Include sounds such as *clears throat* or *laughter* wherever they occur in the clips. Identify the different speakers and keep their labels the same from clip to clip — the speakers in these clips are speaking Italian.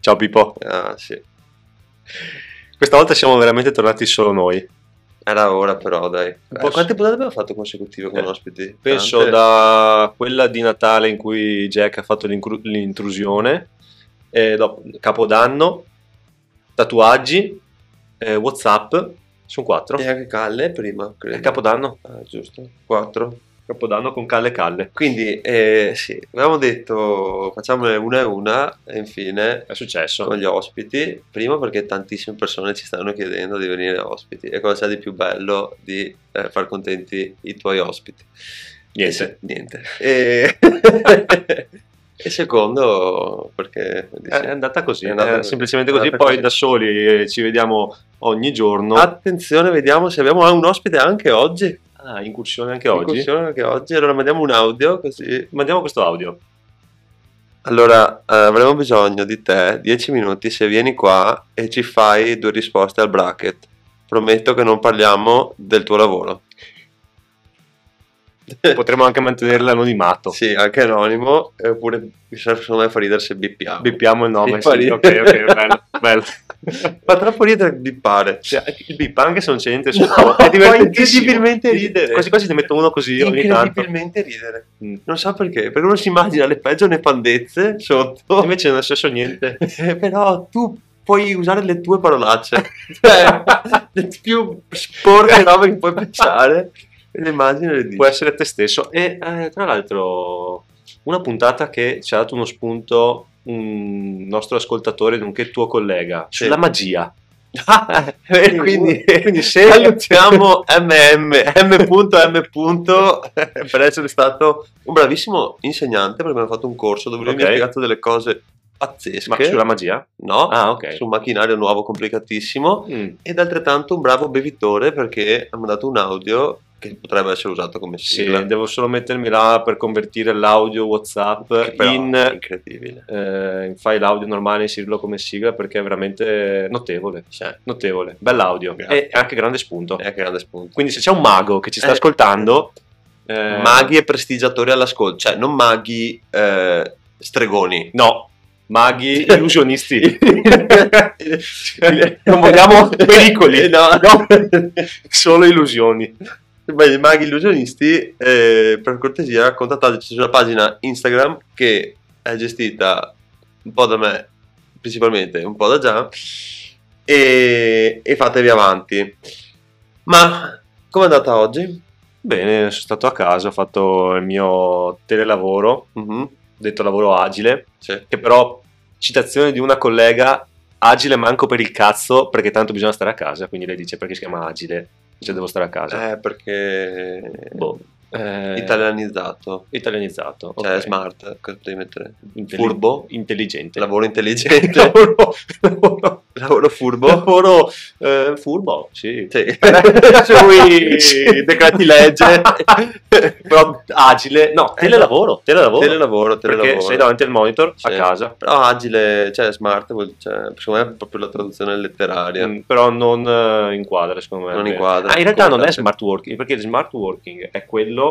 Speaker 1: Ciao Pippo.
Speaker 2: Ah, sì.
Speaker 1: Questa volta siamo veramente tornati solo noi.
Speaker 2: Era ora però, dai. Boh,
Speaker 1: Beh,
Speaker 2: Quante puntate abbiamo fatto consecutive con
Speaker 1: Eh,
Speaker 2: ospiti?
Speaker 1: Penso
Speaker 2: Tante?
Speaker 1: da quella di Natale in cui Jack ha fatto l'incru- l'intrusione, e dopo Capodanno, tatuaggi, eh, Whatsapp, sono quattro.
Speaker 2: E anche Calle prima, credo.
Speaker 1: Eh, Capodanno.
Speaker 2: Ah, giusto. 4.
Speaker 1: Capodanno con Calle Calle.
Speaker 2: Quindi, eh, sì, avevamo detto facciamone una e una, e infine
Speaker 1: È successo. *laughs*
Speaker 2: con gli ospiti. Prima perché tantissime persone ci stanno chiedendo di venire ospiti. E cosa c'è di più bello di eh, far contenti i tuoi ospiti?
Speaker 1: Niente.
Speaker 2: E se- niente. E... e secondo, perché...
Speaker 1: È andata così,
Speaker 2: È andata
Speaker 1: è
Speaker 2: così.
Speaker 1: semplicemente
Speaker 2: È
Speaker 1: così.
Speaker 2: andata
Speaker 1: Poi
Speaker 2: così. Ah.
Speaker 1: da soli eh, ci vediamo ogni giorno.
Speaker 2: Attenzione, vediamo se abbiamo un ospite anche oggi.
Speaker 1: Ah, incursione anche oggi.
Speaker 2: Incursione anche oggi. Allora mandiamo un audio così.
Speaker 1: Mandiamo questo audio.
Speaker 2: Allora, eh, avremo bisogno di te 10 minuti se vieni qua e ci fai due risposte al bracket. Prometto che non parliamo del tuo lavoro.
Speaker 1: Potremmo anche mantenere l'anonimato.
Speaker 2: *laughs* Sì, anche anonimo, eh, oppure mi sa- secondo me fa ridere se bippiamo.
Speaker 1: Bippiamo il nome.
Speaker 2: Mi
Speaker 1: Sì,
Speaker 2: fa ridere.
Speaker 1: ok, ok, bello. bello.
Speaker 2: *laughs* Fa troppo ridere bippare.
Speaker 1: *laughs* Cioè, il bip, anche se non c'è niente
Speaker 2: *laughs* No,
Speaker 1: sotto, è divertentissimo.
Speaker 2: fa incredibilmente ridere.
Speaker 1: Quasi quasi ne metto uno così ogni tanto.
Speaker 2: Incredibilmente ridere.
Speaker 1: Mm.
Speaker 2: Non so perché, perché uno si immagina le peggio nefandezze sotto.
Speaker 1: Mm. Invece non è successo niente.
Speaker 2: *laughs* Eh, però tu puoi usare le tue
Speaker 1: *laughs*
Speaker 2: parolacce, cioè le più sporche robe che puoi pensare, le immagini le dici.
Speaker 1: Può essere te stesso. E eh, tra l'altro, una puntata che ci ha dato uno spunto un nostro ascoltatore, nonché tuo collega,
Speaker 2: Sì.
Speaker 1: sulla *laughs* magia.
Speaker 2: e quindi,
Speaker 1: Quindi se-
Speaker 2: se salutiamo MM,
Speaker 1: *laughs*
Speaker 2: M.M. punto, eh, per essere stato un bravissimo insegnante, perché abbiamo fatto un corso dove lui mi
Speaker 1: Ok.
Speaker 2: ha spiegato delle cose pazzesche,
Speaker 1: Ma sulla magia?
Speaker 2: no?
Speaker 1: Ah, ok.
Speaker 2: Su un macchinario nuovo complicatissimo,
Speaker 1: Mm.
Speaker 2: ed altrettanto un bravo bevitore perché ha mandato un audio che potrebbe essere usato come
Speaker 1: Sì,
Speaker 2: sigla.
Speaker 1: devo solo mettermi là per convertire l'audio WhatsApp
Speaker 2: Che però
Speaker 1: in,
Speaker 2: è incredibile.
Speaker 1: eh, in file audio normale, inserirlo come sigla perché è veramente notevole.
Speaker 2: Cioè,
Speaker 1: Notevole, bell'audio
Speaker 2: Grazie.
Speaker 1: e anche grande spunto.
Speaker 2: è anche grande spunto.
Speaker 1: Quindi se c'è un mago che ci sta
Speaker 2: Eh.
Speaker 1: ascoltando, eh,
Speaker 2: Maghi e prestigiatori all'ascolto, cioè non maghi eh, stregoni.
Speaker 1: No,
Speaker 2: *laughs*
Speaker 1: maghi illusionisti.
Speaker 2: non
Speaker 1: non
Speaker 2: *laughs*
Speaker 1: vogliamo pericoli,
Speaker 2: No,
Speaker 1: no. *laughs* solo illusioni.
Speaker 2: Beh, i maghi illusionisti, eh, per cortesia, contattateci sulla pagina Instagram che è gestita un po' da me, principalmente, un po' da Gian, e, e fatevi avanti. Ma com'è andata oggi?
Speaker 1: Bene, sono stato a casa, ho fatto il mio telelavoro,
Speaker 2: Mhm,
Speaker 1: detto lavoro agile,
Speaker 2: sì.
Speaker 1: che però, citazione di una collega, agile manco per il cazzo perché tanto bisogna stare a casa, quindi lei dice perché si chiama agile, cioè devo stare a casa.
Speaker 2: Eh, perché
Speaker 1: Boh. Eh,
Speaker 2: italianizzato,
Speaker 1: italianizzato.
Speaker 2: cioè
Speaker 1: ok.
Speaker 2: smart, cosa devi mettere?
Speaker 1: Intelli-
Speaker 2: furbo.
Speaker 1: intelligente.
Speaker 2: Lavoro intelligente,
Speaker 1: *laughs*
Speaker 2: *laughs*
Speaker 1: lavoro, lavoro,
Speaker 2: lavoro furbo.
Speaker 1: lavoro eh, furbo, *laughs* sì.
Speaker 2: Sì.
Speaker 1: *laughs* Sui
Speaker 2: Sì.
Speaker 1: decreti
Speaker 2: *laughs*
Speaker 1: legge, però agile, no,
Speaker 2: Eh,
Speaker 1: telelavoro, telelavoro,
Speaker 2: Telelavoro,
Speaker 1: perché
Speaker 2: telelavoro.
Speaker 1: sei davanti al monitor
Speaker 2: Sì.
Speaker 1: a casa,
Speaker 2: Però agile, cioè smart, vuol- cioè, secondo me è proprio la traduzione letteraria.
Speaker 1: Mm, però non eh, inquadra secondo me.
Speaker 2: Non
Speaker 1: Beh.
Speaker 2: inquadra.
Speaker 1: Ah, in realtà non è
Speaker 2: Come-
Speaker 1: smart working, perché il smart working è quello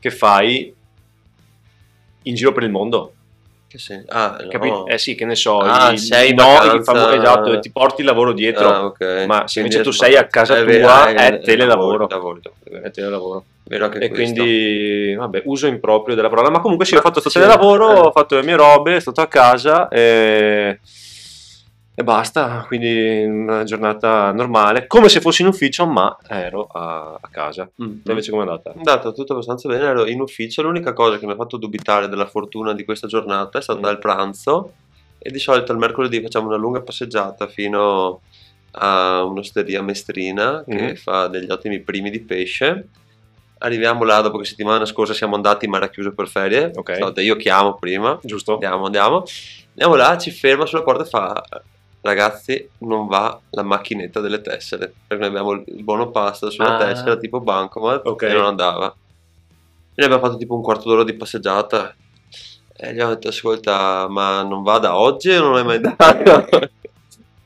Speaker 1: che fai in giro per il mondo,
Speaker 2: Che sen- Ah, no.
Speaker 1: capito? Eh sì, che ne so,
Speaker 2: Ah,
Speaker 1: i-
Speaker 2: sei in
Speaker 1: no,
Speaker 2: vacanza.
Speaker 1: i famo- esatto, ti porti il lavoro dietro.
Speaker 2: Ah, ok.
Speaker 1: Ma se
Speaker 2: Quindi
Speaker 1: invece tu
Speaker 2: è smart.
Speaker 1: sei a casa
Speaker 2: È
Speaker 1: tua, è telelavoro.
Speaker 2: Lavoro, lavoro, è vero.
Speaker 1: Eh, telelavoro.
Speaker 2: Vero anche
Speaker 1: e
Speaker 2: questo.
Speaker 1: quindi vabbè uso improprio della parola ma comunque sì
Speaker 2: Ma
Speaker 1: ho fatto sto
Speaker 2: sì,
Speaker 1: telelavoro
Speaker 2: eh.
Speaker 1: ho fatto le mie robe sono stato a casa e... e basta quindi una giornata normale come se fossi in ufficio ma ero a, a casa
Speaker 2: Mm.
Speaker 1: te invece com'è andata?
Speaker 2: È andato tutto abbastanza bene, ero in ufficio. L'unica cosa che mi ha fatto dubitare della fortuna di questa giornata è stata
Speaker 1: Mm.
Speaker 2: il pranzo. E di solito il mercoledì facciamo una lunga passeggiata fino a un'osteria mestrina che
Speaker 1: Mm.
Speaker 2: fa degli ottimi primi di pesce. Arriviamo là dopo che settimana scorsa siamo andati, ma era chiuso per ferie.
Speaker 1: Ok.
Speaker 2: Ho detto, Io chiamo prima.
Speaker 1: giusto?
Speaker 2: Andiamo, andiamo. Andiamo là, ci ferma sulla porta e fa: Ragazzi, non va la macchinetta delle tessere. Perché noi abbiamo il il buono pasta sulla
Speaker 1: Ah.
Speaker 2: tessera, tipo Bancomat,
Speaker 1: Ok.
Speaker 2: e non andava. E ne abbiamo fatto tipo un quarto d'ora di passeggiata. E gli ho detto: Ascolta, ma non va da oggi o non è
Speaker 1: *laughs*
Speaker 2: mai *laughs* dato?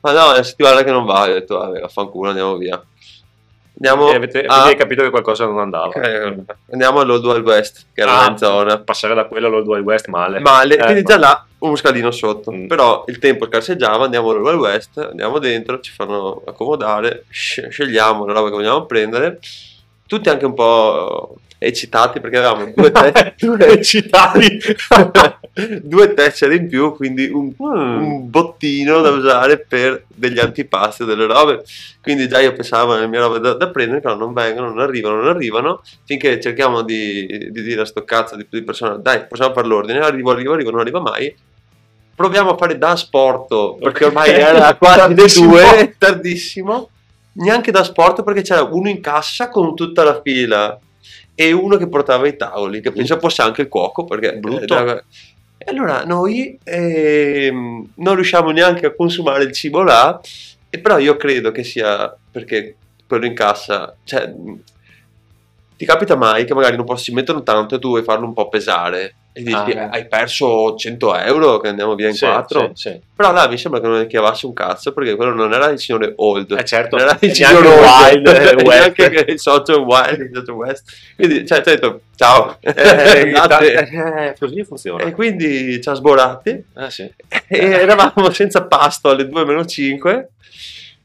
Speaker 2: ma no, è una settimana che non va. Io ho detto: Vabbè, vaffanculo, andiamo via. Andiamo
Speaker 1: E avete,
Speaker 2: a-
Speaker 1: avete capito che qualcosa non andava.
Speaker 2: Ah. eh, andiamo all'Old Wild West, che era
Speaker 1: Ah,
Speaker 2: una zona.
Speaker 1: Passare da quello all'Old Wild West male.
Speaker 2: Male,
Speaker 1: Eh,
Speaker 2: quindi
Speaker 1: no.
Speaker 2: già là un scalino sotto.
Speaker 1: Mm.
Speaker 2: Però il tempo scarseggiava, andiamo all'Old Wild West, andiamo dentro, ci fanno accomodare, sc- scegliamo la roba che vogliamo prendere. Tutti anche un po' eccitati perché avevamo
Speaker 1: *laughs*
Speaker 2: due, te- due- *laughs*
Speaker 1: Eccitati.
Speaker 2: due tessere in più, quindi un,
Speaker 1: Mm.
Speaker 2: un bottino da usare per degli antipasti o delle robe. Quindi già io pensavo alle mie robe da, da prendere, però non vengono, non arrivano, non arrivano. Finché cerchiamo di, di dire a sto cazzo di, di persona, dai, possiamo fare l'ordine, arrivo, arrivo, arrivo, non arriva mai. Proviamo a fare da sport, perché ormai
Speaker 1: Ok.
Speaker 2: era
Speaker 1: *laughs*
Speaker 2: la quarta dei
Speaker 1: Tardissimo.
Speaker 2: due, tardissimo. Neanche da sport perché c'era uno in cassa con tutta la fila e uno che portava i tavoli, che penso fosse anche il cuoco, perché
Speaker 1: Brutto.
Speaker 2: eh, e allora noi ehm, non riusciamo neanche a consumare il cibo là, e però io credo che sia perché quello in cassa, cioè, mh, ti capita mai che magari non posso, si mettono tanto e tu vuoi farlo un po' pesare e dici
Speaker 1: Ah.
Speaker 2: hai perso 100 euro che andiamo via in
Speaker 1: Sì,
Speaker 2: quattro,
Speaker 1: sì, sì.
Speaker 2: però là mi sembra che non ne chiavasse un cazzo perché quello non era il signore Old,
Speaker 1: Eh, certo,
Speaker 2: non era il
Speaker 1: neanche
Speaker 2: signor
Speaker 1: Wild,
Speaker 2: Wild,
Speaker 1: eh, West.
Speaker 2: neanche che il socio Wild, il socio West, quindi cioè, ti ho detto ciao, eh,
Speaker 1: *laughs* Eh,
Speaker 2: andate.
Speaker 1: eh, così funziona.
Speaker 2: *laughs* E quindi ci ha sborati
Speaker 1: Ah, sì.
Speaker 2: e eravamo senza pasto alle 2 meno 5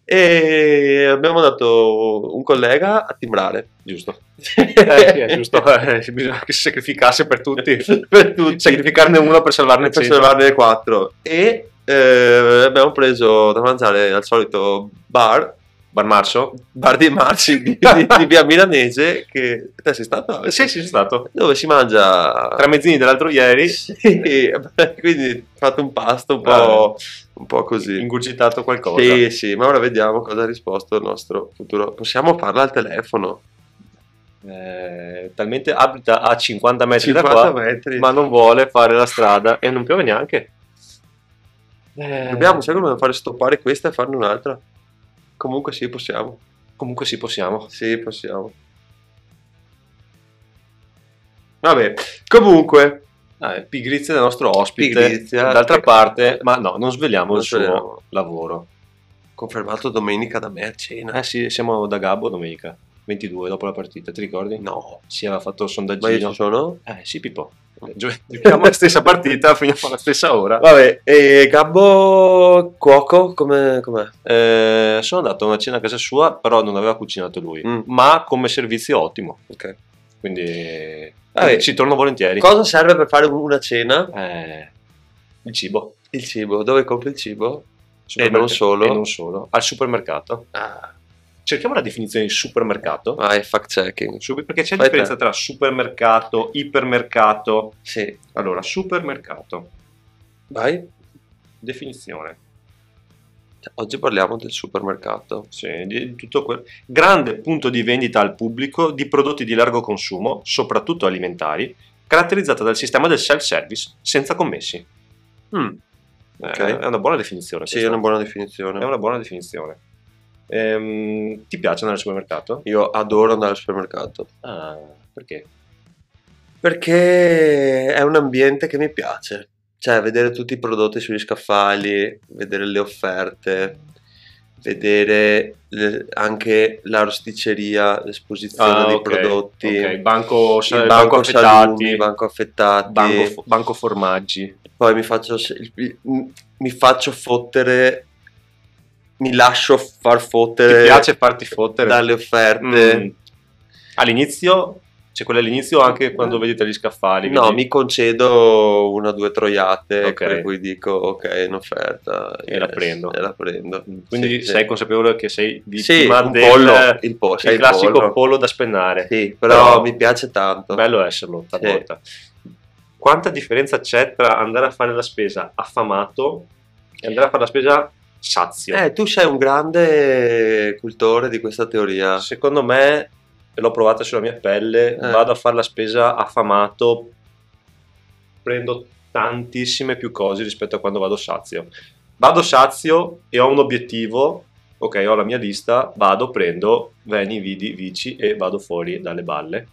Speaker 2: e abbiamo dato un collega a timbrare.
Speaker 1: Giusto. Eh, sì, è
Speaker 2: *laughs*
Speaker 1: *laughs* giusto. Eh, bisogna che si sacrificasse *laughs* per tutti.
Speaker 2: per tutti.
Speaker 1: Sacrificarne uno per salvarne
Speaker 2: per
Speaker 1: cento.
Speaker 2: salvarne 4. E eh, abbiamo preso da mangiare al solito bar,
Speaker 1: Bar Marcio?
Speaker 2: bar dei marci di, di- di via Milanese, che te sei stato?
Speaker 1: eh, Sì, sì, sono stato.
Speaker 2: Dove si mangia...
Speaker 1: Tra mezzini dell'altro ieri,
Speaker 2: *laughs* Sì, quindi fate un pasto un po', un po' così.
Speaker 1: ingurgitato qualcosa.
Speaker 2: Sì, sì, ma ora vediamo cosa ha risposto il nostro futuro. Possiamo farla al telefono?
Speaker 1: Eh, talmente abita a 50 metri da
Speaker 2: 50
Speaker 1: qua,
Speaker 2: metri.
Speaker 1: ma non vuole fare la strada e non piove neanche. Eh,
Speaker 2: Dobbiamo, sai come fare stoppare questa e farne un'altra? Comunque sì, possiamo.
Speaker 1: Comunque sì, possiamo.
Speaker 2: Sì, possiamo. Vabbè, comunque,
Speaker 1: Ah, eh, pigrizia del nostro ospite.
Speaker 2: Pigrizia.
Speaker 1: D'altra parte, ma no, non sveliamo
Speaker 2: Non
Speaker 1: il suo
Speaker 2: sveliamo.
Speaker 1: lavoro.
Speaker 2: confermato domenica da me a cena.
Speaker 1: Eh sì, siamo da Gabbo domenica 22 dopo la partita, ti ricordi?
Speaker 2: No,
Speaker 1: Si aveva fatto il
Speaker 2: ma io
Speaker 1: sondaggino.
Speaker 2: ci sono?
Speaker 1: Eh sì, Pippo. Eh, gio- *laughs* Giochiamo la stessa partita fino alla stessa ora.
Speaker 2: Vabbè, e Gabbo Cuoco, come, com'è?
Speaker 1: Eh, sono andato a una cena a casa sua, però non aveva cucinato lui.
Speaker 2: Mm.
Speaker 1: Ma come servizio ottimo.
Speaker 2: Ok.
Speaker 1: Quindi eh,
Speaker 2: Vabbè.
Speaker 1: ci torno volentieri.
Speaker 2: Cosa serve per fare una cena?
Speaker 1: Eh, il cibo.
Speaker 2: Il cibo. Dove compri il cibo? E
Speaker 1: Supermerc-
Speaker 2: non solo?
Speaker 1: e non solo. Al supermercato.
Speaker 2: Ah,
Speaker 1: Cerchiamo la definizione di supermercato.
Speaker 2: vai, fact checking.
Speaker 1: Subito, perché c'è
Speaker 2: Vai te.
Speaker 1: differenza tra supermercato, ipermercato.
Speaker 2: Sì,
Speaker 1: Allora, supermercato.
Speaker 2: vai.
Speaker 1: Definizione.
Speaker 2: Oggi parliamo del supermercato.
Speaker 1: Sì, di tutto quel- Grande punto di vendita al pubblico di prodotti di largo consumo, soprattutto alimentari, caratterizzata dal sistema del self-service senza commessi. Eh,
Speaker 2: Ok.
Speaker 1: È una buona definizione.
Speaker 2: Sì, è
Speaker 1: questa.
Speaker 2: una buona definizione.
Speaker 1: È una buona definizione. Ehm, ti piace andare al supermercato?
Speaker 2: Io adoro andare al supermercato.
Speaker 1: Ah, perché?
Speaker 2: Perché è un ambiente che mi piace. Cioè, vedere tutti i prodotti sugli scaffali, vedere le offerte, vedere le- anche l'arosticceria, l'esposizione
Speaker 1: Ah,
Speaker 2: dei
Speaker 1: ok,
Speaker 2: prodotti,
Speaker 1: ok. Banco,
Speaker 2: il
Speaker 1: sal- banco affettati,
Speaker 2: salumi, banco affettati.
Speaker 1: banco fo- banco formaggi.
Speaker 2: Poi mi faccio, se- mi- mi faccio fottere, mi lascio far fottere
Speaker 1: Ti piace farti fottere?
Speaker 2: Eh, dalle offerte.
Speaker 1: Mm. All'inizio, c'è quella all'inizio anche quando vedete gli scaffali.
Speaker 2: No,
Speaker 1: vedi-
Speaker 2: mi concedo una o due troiate
Speaker 1: Ok.
Speaker 2: per cui dico ok, è in offerta
Speaker 1: E la prendo. Mm,
Speaker 2: E la prendo.
Speaker 1: Quindi
Speaker 2: Sì,
Speaker 1: sei
Speaker 2: sì.
Speaker 1: consapevole che sei
Speaker 2: Sì,
Speaker 1: vittima
Speaker 2: un
Speaker 1: del
Speaker 2: pollo, il, po-
Speaker 1: il
Speaker 2: sai, il
Speaker 1: classico pollo.
Speaker 2: pollo.
Speaker 1: da spennare.
Speaker 2: Sì, però,
Speaker 1: Però-
Speaker 2: mi piace tanto.
Speaker 1: Bello esserlo talvolta. Quanta differenza c'è tra andare a fare la spesa affamato e andare a fare la spesa sazio?
Speaker 2: Eh, tu sei un grande cultore di questa teoria.
Speaker 1: Secondo me, e l'ho provata sulla mia pelle,
Speaker 2: Eh.
Speaker 1: vado a fare la spesa affamato, prendo tantissime più cose rispetto a quando vado sazio. Vado sazio e ho un obiettivo, ok, ho la mia lista, vado, prendo, veni, vidi, vici e vado fuori dalle balle.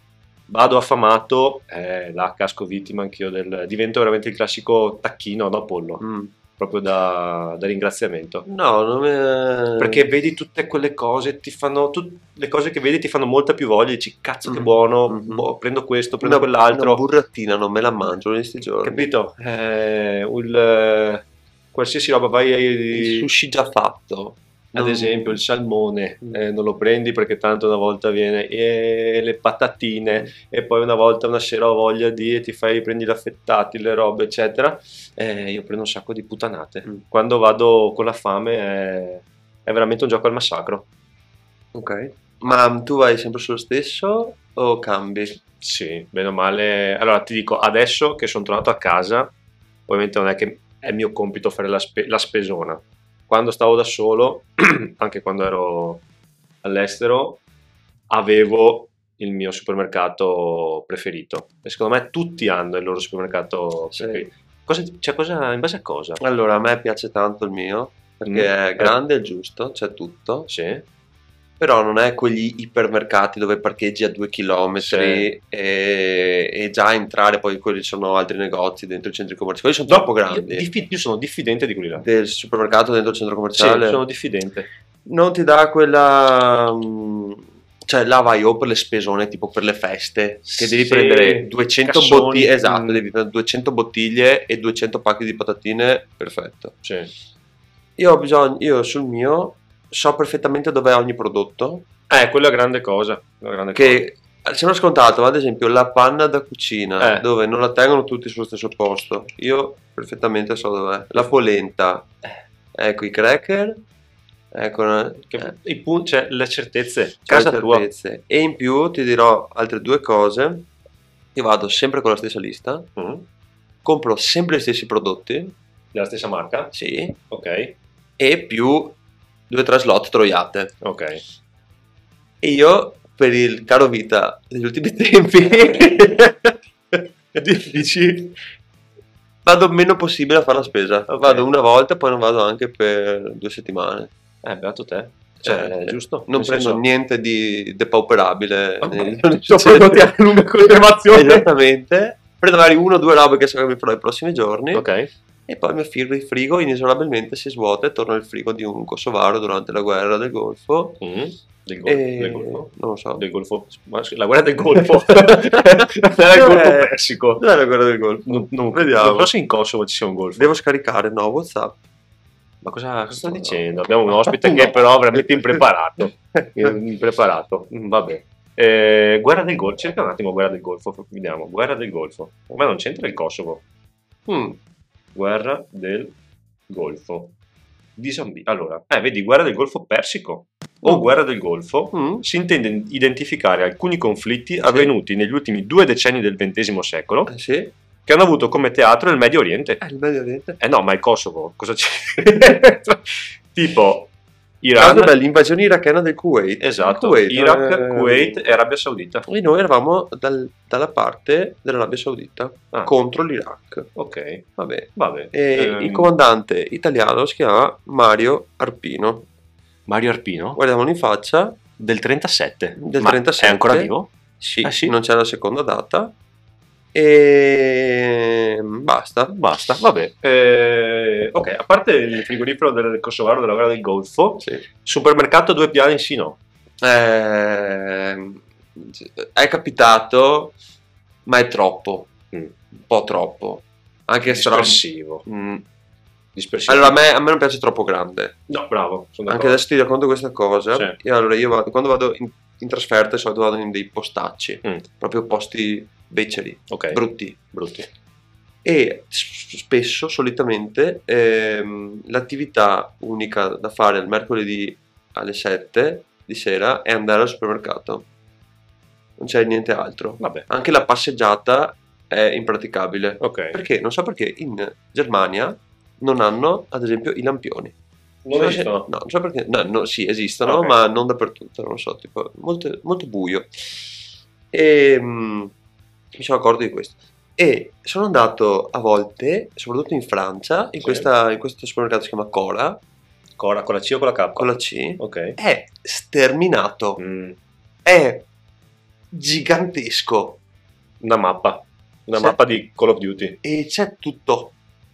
Speaker 1: Vado affamato, eh, la casco vittima anch'io del... divento veramente il classico tacchino, no pollo.
Speaker 2: Mm.
Speaker 1: proprio da, da ringraziamento.
Speaker 2: No, non eh, è...
Speaker 1: Perché vedi tutte quelle cose, ti fanno, tut- le cose che vedi ti fanno molta più voglia, dici cazzo che
Speaker 2: Mm.
Speaker 1: buono,
Speaker 2: Mhm.
Speaker 1: boh, prendo questo, prendo
Speaker 2: una,
Speaker 1: quell'altro.
Speaker 2: una burratina non me la mangio in questi giorni.
Speaker 1: Capito? Eh, il, eh, qualsiasi roba, vai
Speaker 2: Il
Speaker 1: ai-
Speaker 2: sushi già fatto.
Speaker 1: ad
Speaker 2: Non-
Speaker 1: esempio il salmone,
Speaker 2: Mm.
Speaker 1: eh, non lo prendi perché tanto una volta viene, e le patatine, e poi una volta una sera ho voglia di, e ti fai, prendi gli affettati, le robe, eccetera. Eh, io prendo un sacco di putanate.
Speaker 2: Mm.
Speaker 1: Quando vado con la fame è, è veramente un gioco al massacro.
Speaker 2: Ok. Ma tu vai sempre sullo stesso o cambi?
Speaker 1: Sì, bene o male. Allora ti dico, adesso che sono tornato a casa, ovviamente non è che è mio compito fare la, spe- la spesona. Quando stavo da solo, *clears throat* anche quando ero all'estero, avevo il mio supermercato preferito. E secondo me tutti hanno il loro supermercato
Speaker 2: Sì.
Speaker 1: preferito. Cosa, cioè, cosa, in base a cosa?
Speaker 2: Allora, a me piace tanto il mio perché
Speaker 1: Mm.
Speaker 2: è grande e giusto, c'è tutto.
Speaker 1: Sì,
Speaker 2: Però non è quegli ipermercati dove parcheggi a due chilometri
Speaker 1: Sì.
Speaker 2: e, e già entrare, poi quelli sono altri negozi dentro i centri commerciali. Quelli sono troppo grandi.
Speaker 1: Io, diffi- io sono diffidente di quelli là.
Speaker 2: Del supermercato dentro il centro
Speaker 1: Sì,
Speaker 2: commerciale.
Speaker 1: sono diffidente.
Speaker 2: non ti dà quella. mm, Cioè, là vai o per le spesone, tipo per le feste, che devi
Speaker 1: Sì,
Speaker 2: prendere 200
Speaker 1: cassoni.
Speaker 2: bottiglie. Esatto,
Speaker 1: Mm.
Speaker 2: devi prendere 200 bottiglie e 200 pacchi di patatine. Perfetto.
Speaker 1: Sì.
Speaker 2: Io ho bisogno, io sul mio so perfettamente dov'è ogni prodotto.
Speaker 1: Eh, quella è grande cosa. Una grande cosa.
Speaker 2: Che sembra scontato, ma ad esempio la panna da cucina,
Speaker 1: Eh.
Speaker 2: dove non la tengono tutti sullo stesso posto. Io perfettamente so dov'è. La polenta, ecco i cracker, ecco una-
Speaker 1: Che-
Speaker 2: eh.
Speaker 1: i pun- cioè, le certezze,
Speaker 2: C'è
Speaker 1: casa
Speaker 2: le
Speaker 1: tua.
Speaker 2: certezze. E in più ti dirò altre due cose. Io vado sempre con la stessa lista,
Speaker 1: Mm.
Speaker 2: compro sempre gli stessi prodotti,
Speaker 1: della stessa marca?
Speaker 2: sì,
Speaker 1: Ok,
Speaker 2: e più due o tre slot troiate.
Speaker 1: ok.
Speaker 2: E io, per il caro vita degli ultimi *laughs* tempi,
Speaker 1: *laughs* Dici?
Speaker 2: vado meno possibile a fare la spesa.
Speaker 1: Ok.
Speaker 2: Vado una volta, poi non vado anche per due settimane.
Speaker 1: Eh, beato te. Cioè,
Speaker 2: Cioè,
Speaker 1: è giusto.
Speaker 2: Non
Speaker 1: Nel
Speaker 2: prendo
Speaker 1: senso- Ah, certo.
Speaker 2: niente di depauperabile.
Speaker 1: *laughs* Vabbè,
Speaker 2: Eh,
Speaker 1: sono
Speaker 2: cioè-
Speaker 1: pronti
Speaker 2: *laughs*
Speaker 1: a lunga confermazione.
Speaker 2: Esattamente. Prendo magari una o due robe che so che mi farò i prossimi giorni.
Speaker 1: Ok,
Speaker 2: E poi mi affirmo il frigo, inesorabilmente si svuota e torna il frigo di un kosovaro durante la guerra del Golfo.
Speaker 1: Mm. del, gol-
Speaker 2: E...
Speaker 1: del
Speaker 2: Non
Speaker 1: Golfo.
Speaker 2: lo so.
Speaker 1: Del Golfo. Ma sì, La guerra del
Speaker 2: *laughs*
Speaker 1: Golfo. Era il Golfo
Speaker 2: Eh.
Speaker 1: Persico.
Speaker 2: Dov'è la guerra del Golfo?
Speaker 1: Non, non-
Speaker 2: Vediamo.
Speaker 1: non so se in Kosovo ci sia un Golfo.
Speaker 2: Devo scaricare, no, Whatsapp.
Speaker 1: Ma cosa, cosa sta
Speaker 2: No.
Speaker 1: dicendo? Abbiamo un ospite che è però veramente
Speaker 2: *laughs*
Speaker 1: impreparato. impreparato. Mm, Vabbè. Eh, guerra del Golfo. Cerca un attimo Guerra del Golfo. Vediamo. Guerra del Golfo. Ma non c'entra il Kosovo.
Speaker 2: Mm,
Speaker 1: Guerra del Golfo. Di Zambi- Allora, eh, vedi, guerra del Golfo Persico o
Speaker 2: Mm.
Speaker 1: guerra del Golfo
Speaker 2: mm,
Speaker 1: si intende identificare alcuni conflitti avvenuti negli ultimi due decenni del XX secolo
Speaker 2: eh, sì, è
Speaker 1: che hanno avuto come teatro il Medio Oriente.
Speaker 2: il Medio Oriente.
Speaker 1: Eh no, ma il Kosovo, cosa c'è? *laughs* tipo
Speaker 2: Caso
Speaker 1: Iran,
Speaker 2: dell'invasione irachena del Kuwait.
Speaker 1: esatto,
Speaker 2: Kuwait,
Speaker 1: Iraq,
Speaker 2: eh,
Speaker 1: Kuwait e Arabia Saudita.
Speaker 2: E noi eravamo dal- dalla parte dell'Arabia Saudita
Speaker 1: Ah.
Speaker 2: contro l'Iraq.
Speaker 1: Ok,
Speaker 2: Vabbè.
Speaker 1: vabbè.
Speaker 2: E
Speaker 1: Ehm,
Speaker 2: il comandante italiano si chiama Mario Arpino.
Speaker 1: Mario Arpino
Speaker 2: Guardiamolo in faccia.
Speaker 1: del 37.
Speaker 2: Del
Speaker 1: Ma
Speaker 2: 37.
Speaker 1: È ancora vivo?
Speaker 2: Sì,
Speaker 1: Ah, sì?
Speaker 2: non c'è la seconda data. E basta.
Speaker 1: Basta, vabbè. Eh, ok, a parte il frigorifero del, del Kosovaro della guerra del Golfo,
Speaker 2: Sì.
Speaker 1: supermercato a due piani sì no.
Speaker 2: Ehm, è capitato, ma è troppo.
Speaker 1: Mm.
Speaker 2: Un po' troppo. Anche se sarà-
Speaker 1: Dispersivo.
Speaker 2: Mm.
Speaker 1: Dispersivo.
Speaker 2: Allora, a me, a me non piace troppo grande.
Speaker 1: no, bravo, sono
Speaker 2: Anche
Speaker 1: d'accordo.
Speaker 2: adesso ti racconto questa cosa.
Speaker 1: Sì.
Speaker 2: Io, allora, io vado- quando vado in, in trasferta, di solito vado in dei postacci,
Speaker 1: Mm.
Speaker 2: proprio posti beceri,
Speaker 1: Ok,
Speaker 2: brutti.
Speaker 1: brutti.
Speaker 2: e s- spesso, solitamente, ehm, l'attività unica da fare il mercoledì alle 7 di sera è andare al supermercato. Non c'è niente altro.
Speaker 1: Vabbè,
Speaker 2: Anche la passeggiata è impraticabile.
Speaker 1: ok.
Speaker 2: Perché non so perché in Germania non hanno, ad esempio, i lampioni.
Speaker 1: Non
Speaker 2: so se-
Speaker 1: esistono.
Speaker 2: Cioè, no, non so perché. No, no, sì, esistono,
Speaker 1: Ok.
Speaker 2: ma non dappertutto, non lo so, tipo, molto, molto buio. E mm, mi sono accorto di questo. E sono andato a volte, soprattutto in Francia,
Speaker 1: Sì.
Speaker 2: in, questa, in questo supermercato che si chiama Cora,
Speaker 1: Cora, con la C o con la K?
Speaker 2: con la C,
Speaker 1: Ok.
Speaker 2: è sterminato,
Speaker 1: Mm,
Speaker 2: è gigantesco
Speaker 1: Una mappa. Una
Speaker 2: Sì.
Speaker 1: mappa di Call of Duty.
Speaker 2: e c'è tutto.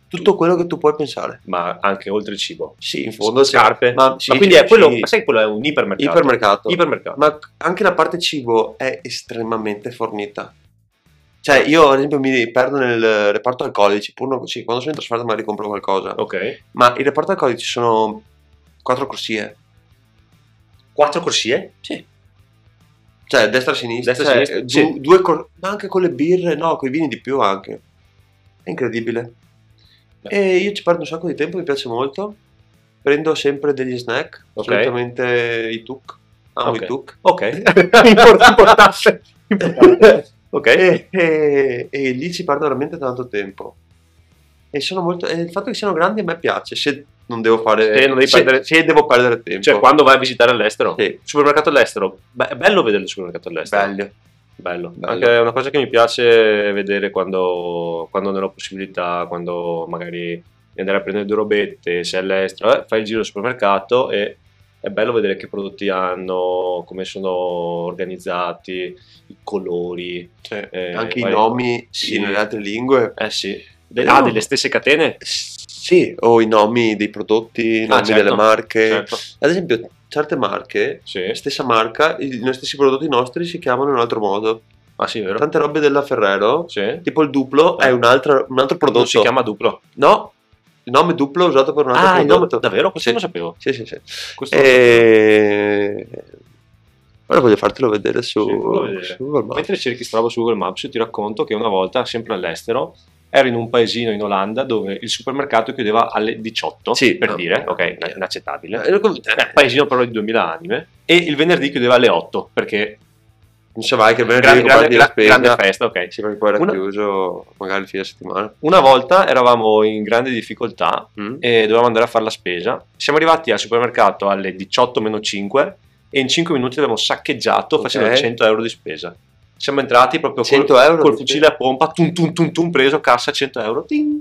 Speaker 2: tutto quello che tu puoi pensare.
Speaker 1: ma anche oltre il cibo.
Speaker 2: Sì, in fondo c'è-
Speaker 1: scarpe.
Speaker 2: Ma,
Speaker 1: ma
Speaker 2: sì,
Speaker 1: quindi è
Speaker 2: sì,
Speaker 1: quello,
Speaker 2: sì.
Speaker 1: ma sai che quello è un ipermercato.
Speaker 2: Ipermercato.
Speaker 1: Ipermercato.
Speaker 2: Ma anche la parte cibo è estremamente fornita. Cioè, io ad esempio mi perdo nel reparto alcolici, pur non- sì, quando sono in trasferta magari compro qualcosa.
Speaker 1: Ok.
Speaker 2: Ma il reparto alcolici sono quattro corsie.
Speaker 1: Quattro corsie?
Speaker 2: Sì. Cioè, destra e sinistra,
Speaker 1: Destra e
Speaker 2: cioè,
Speaker 1: sinistra,
Speaker 2: du- due cor- ma anche con le birre, no, con i vini di più anche. È incredibile.
Speaker 1: Beh.
Speaker 2: E io ci perdo un sacco di tempo, mi piace molto. Prendo sempre degli snack,
Speaker 1: Ok.
Speaker 2: solitamente i tuk. Amo
Speaker 1: Ok.
Speaker 2: i tuk.
Speaker 1: Ok. *laughs* Import- importante. importante. Ok.
Speaker 2: E, e- e lì ci perdo veramente tanto tempo. E sono molto. E il fatto che siano grandi a me piace. Se non devo fare.
Speaker 1: Se non devi perdere-
Speaker 2: se devo perdere tempo.
Speaker 1: Cioè, quando vai a visitare all'estero,
Speaker 2: Sì.
Speaker 1: supermercato all'estero, Beh, è bello vedere il supermercato all'estero.
Speaker 2: Bello.
Speaker 1: Bello.
Speaker 2: Bello.
Speaker 1: Anche è una cosa che mi piace vedere quando, quando ne ho la possibilità, quando magari di andare a prendere due robette, sei all'estero, eh, fai il giro al supermercato e è bello vedere che prodotti hanno, come sono organizzati, i colori.
Speaker 2: Cioè,
Speaker 1: Eh,
Speaker 2: anche i
Speaker 1: vai-
Speaker 2: nomi
Speaker 1: sì.
Speaker 2: in- nelle altre lingue.
Speaker 1: Eh sì. De- ah, delle stesse catene?
Speaker 2: Sì, o i nomi dei prodotti, i
Speaker 1: Ah,
Speaker 2: nomi
Speaker 1: certo.
Speaker 2: delle marche.
Speaker 1: Certo.
Speaker 2: Ad esempio, certe marche,
Speaker 1: Sì.
Speaker 2: stessa marca, i i stessi prodotti nostri si chiamano in un altro modo.
Speaker 1: Ah sì, vero?
Speaker 2: Tante robe della Ferrero,
Speaker 1: Sì.
Speaker 2: tipo il duplo,
Speaker 1: Eh.
Speaker 2: è un altro, un altro prodotto.
Speaker 1: Non si chiama duplo.
Speaker 2: No, il nome duplo è usato per un altro
Speaker 1: Ah, il
Speaker 2: prodotto.
Speaker 1: nome- davvero? Questo
Speaker 2: Sì. Eh,
Speaker 1: non lo sapevo.
Speaker 2: Sì, sì, sì.
Speaker 1: Questo non lo
Speaker 2: E... Ora voglio fartelo vedere su,
Speaker 1: Sì, fallo vedere.
Speaker 2: su Google Maps.
Speaker 1: Mentre cerchi strada su Google Maps, io ti racconto che una volta, sempre all'estero, ero in un paesino in Olanda dove il supermercato chiudeva alle 18,
Speaker 2: Sì,
Speaker 1: per
Speaker 2: no,
Speaker 1: dire,
Speaker 2: no,
Speaker 1: ok,
Speaker 2: no.
Speaker 1: inaccettabile.
Speaker 2: Eh, come-
Speaker 1: Eh, paesino però di 2000 anime e il venerdì chiudeva alle 8 perché
Speaker 2: Non so, vai che venerdì
Speaker 1: grande, grande-
Speaker 2: comparti la
Speaker 1: gra- grande
Speaker 2: spesa.
Speaker 1: festa, ok.
Speaker 2: Sì, perché poi era
Speaker 1: Una-
Speaker 2: chiuso magari il fine settimana.
Speaker 1: Una volta eravamo in grande difficoltà
Speaker 2: Mm.
Speaker 1: e dovevamo andare a fare la spesa. Siamo arrivati al supermercato alle 18-5 e in 5 minuti abbiamo saccheggiato
Speaker 2: Ok.
Speaker 1: facendo 100 euro di spesa. Siamo entrati proprio col,
Speaker 2: 100 euro
Speaker 1: col
Speaker 2: di
Speaker 1: fucile a pompa, tum tum tum tum, preso, cassa 100 euro, ting,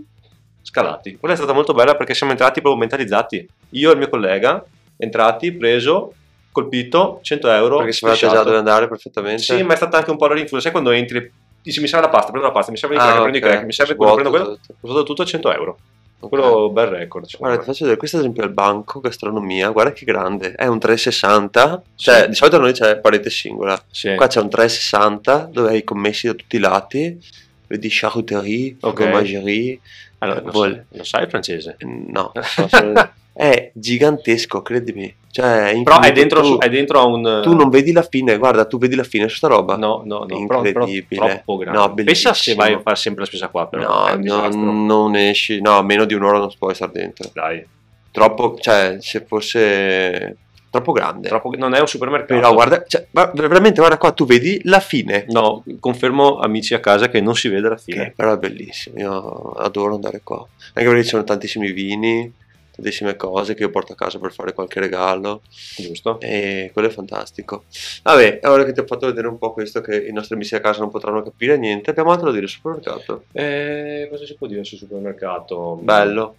Speaker 1: scalati. Quella è stata molto bella perché siamo entrati proprio mentalizzati. Io e il mio collega, entrati, preso, colpito, 100 euro.
Speaker 2: Perché si era già
Speaker 1: lisciato.
Speaker 2: dove andare perfettamente.
Speaker 1: Sì, ma è stata anche un po' la rinfusa. Sai quando entri e dici mi serve la pasta, prendo la pasta, mi serve il
Speaker 2: Ah,
Speaker 1: crack,
Speaker 2: ok.
Speaker 1: prendo i crack, mi serve quello,
Speaker 2: Svuoto
Speaker 1: prendo quello.
Speaker 2: tutto.
Speaker 1: Ho usato tutto a 100 euro.
Speaker 2: Ok.
Speaker 1: Quello bel record. secondo
Speaker 2: Guarda, ti
Speaker 1: me.
Speaker 2: faccio vedere, questo ad esempio è il banco gastronomia, guarda che grande, è un 360, cioè
Speaker 1: Sì.
Speaker 2: di solito a noi c'è parete singola,
Speaker 1: Sì.
Speaker 2: qua c'è un 360 dove hai i commessi da tutti i lati, vedi charcuterie,
Speaker 1: Ok.
Speaker 2: fromagerie,
Speaker 1: Allora, lo,
Speaker 2: Vol-
Speaker 1: sai, lo sai il francese?
Speaker 2: no, *laughs* è gigantesco, credimi, cioè è
Speaker 1: Però è
Speaker 2: infinito,
Speaker 1: dentro,
Speaker 2: tu,
Speaker 1: è dentro a un... eh,
Speaker 2: tu non vedi la fine, guarda, tu vedi la fine su sta roba,
Speaker 1: No, no, no, però- però
Speaker 2: Incredibile.
Speaker 1: troppo grande.
Speaker 2: No,
Speaker 1: Pensa se
Speaker 2: bellissimo.
Speaker 1: vai a fare sempre la spesa qua, però.
Speaker 2: No,
Speaker 1: è un
Speaker 2: no,
Speaker 1: disastro.
Speaker 2: non esci, no, meno di un'ora non puoi stare dentro.
Speaker 1: Dai,
Speaker 2: troppo, cioè, se fosse troppo grande.
Speaker 1: troppo- non è un supermercato.
Speaker 2: Però guarda, cioè, guarda- veramente guarda qua, tu vedi la fine.
Speaker 1: No, confermo amici a casa che non si vede la fine.
Speaker 2: Che però è bellissimo, io adoro andare qua. Anche perché ci sono tantissimi vini, tantissime cose che io porto a casa per fare qualche regalo
Speaker 1: Giusto?
Speaker 2: e quello è fantastico. Vabbè, ora che ti ho fatto vedere un po' questo che i nostri amici a casa non potranno capire niente, abbiamo altro da dire sul supermercato.
Speaker 1: Eh, cosa si può dire sul supermercato?
Speaker 2: Bello.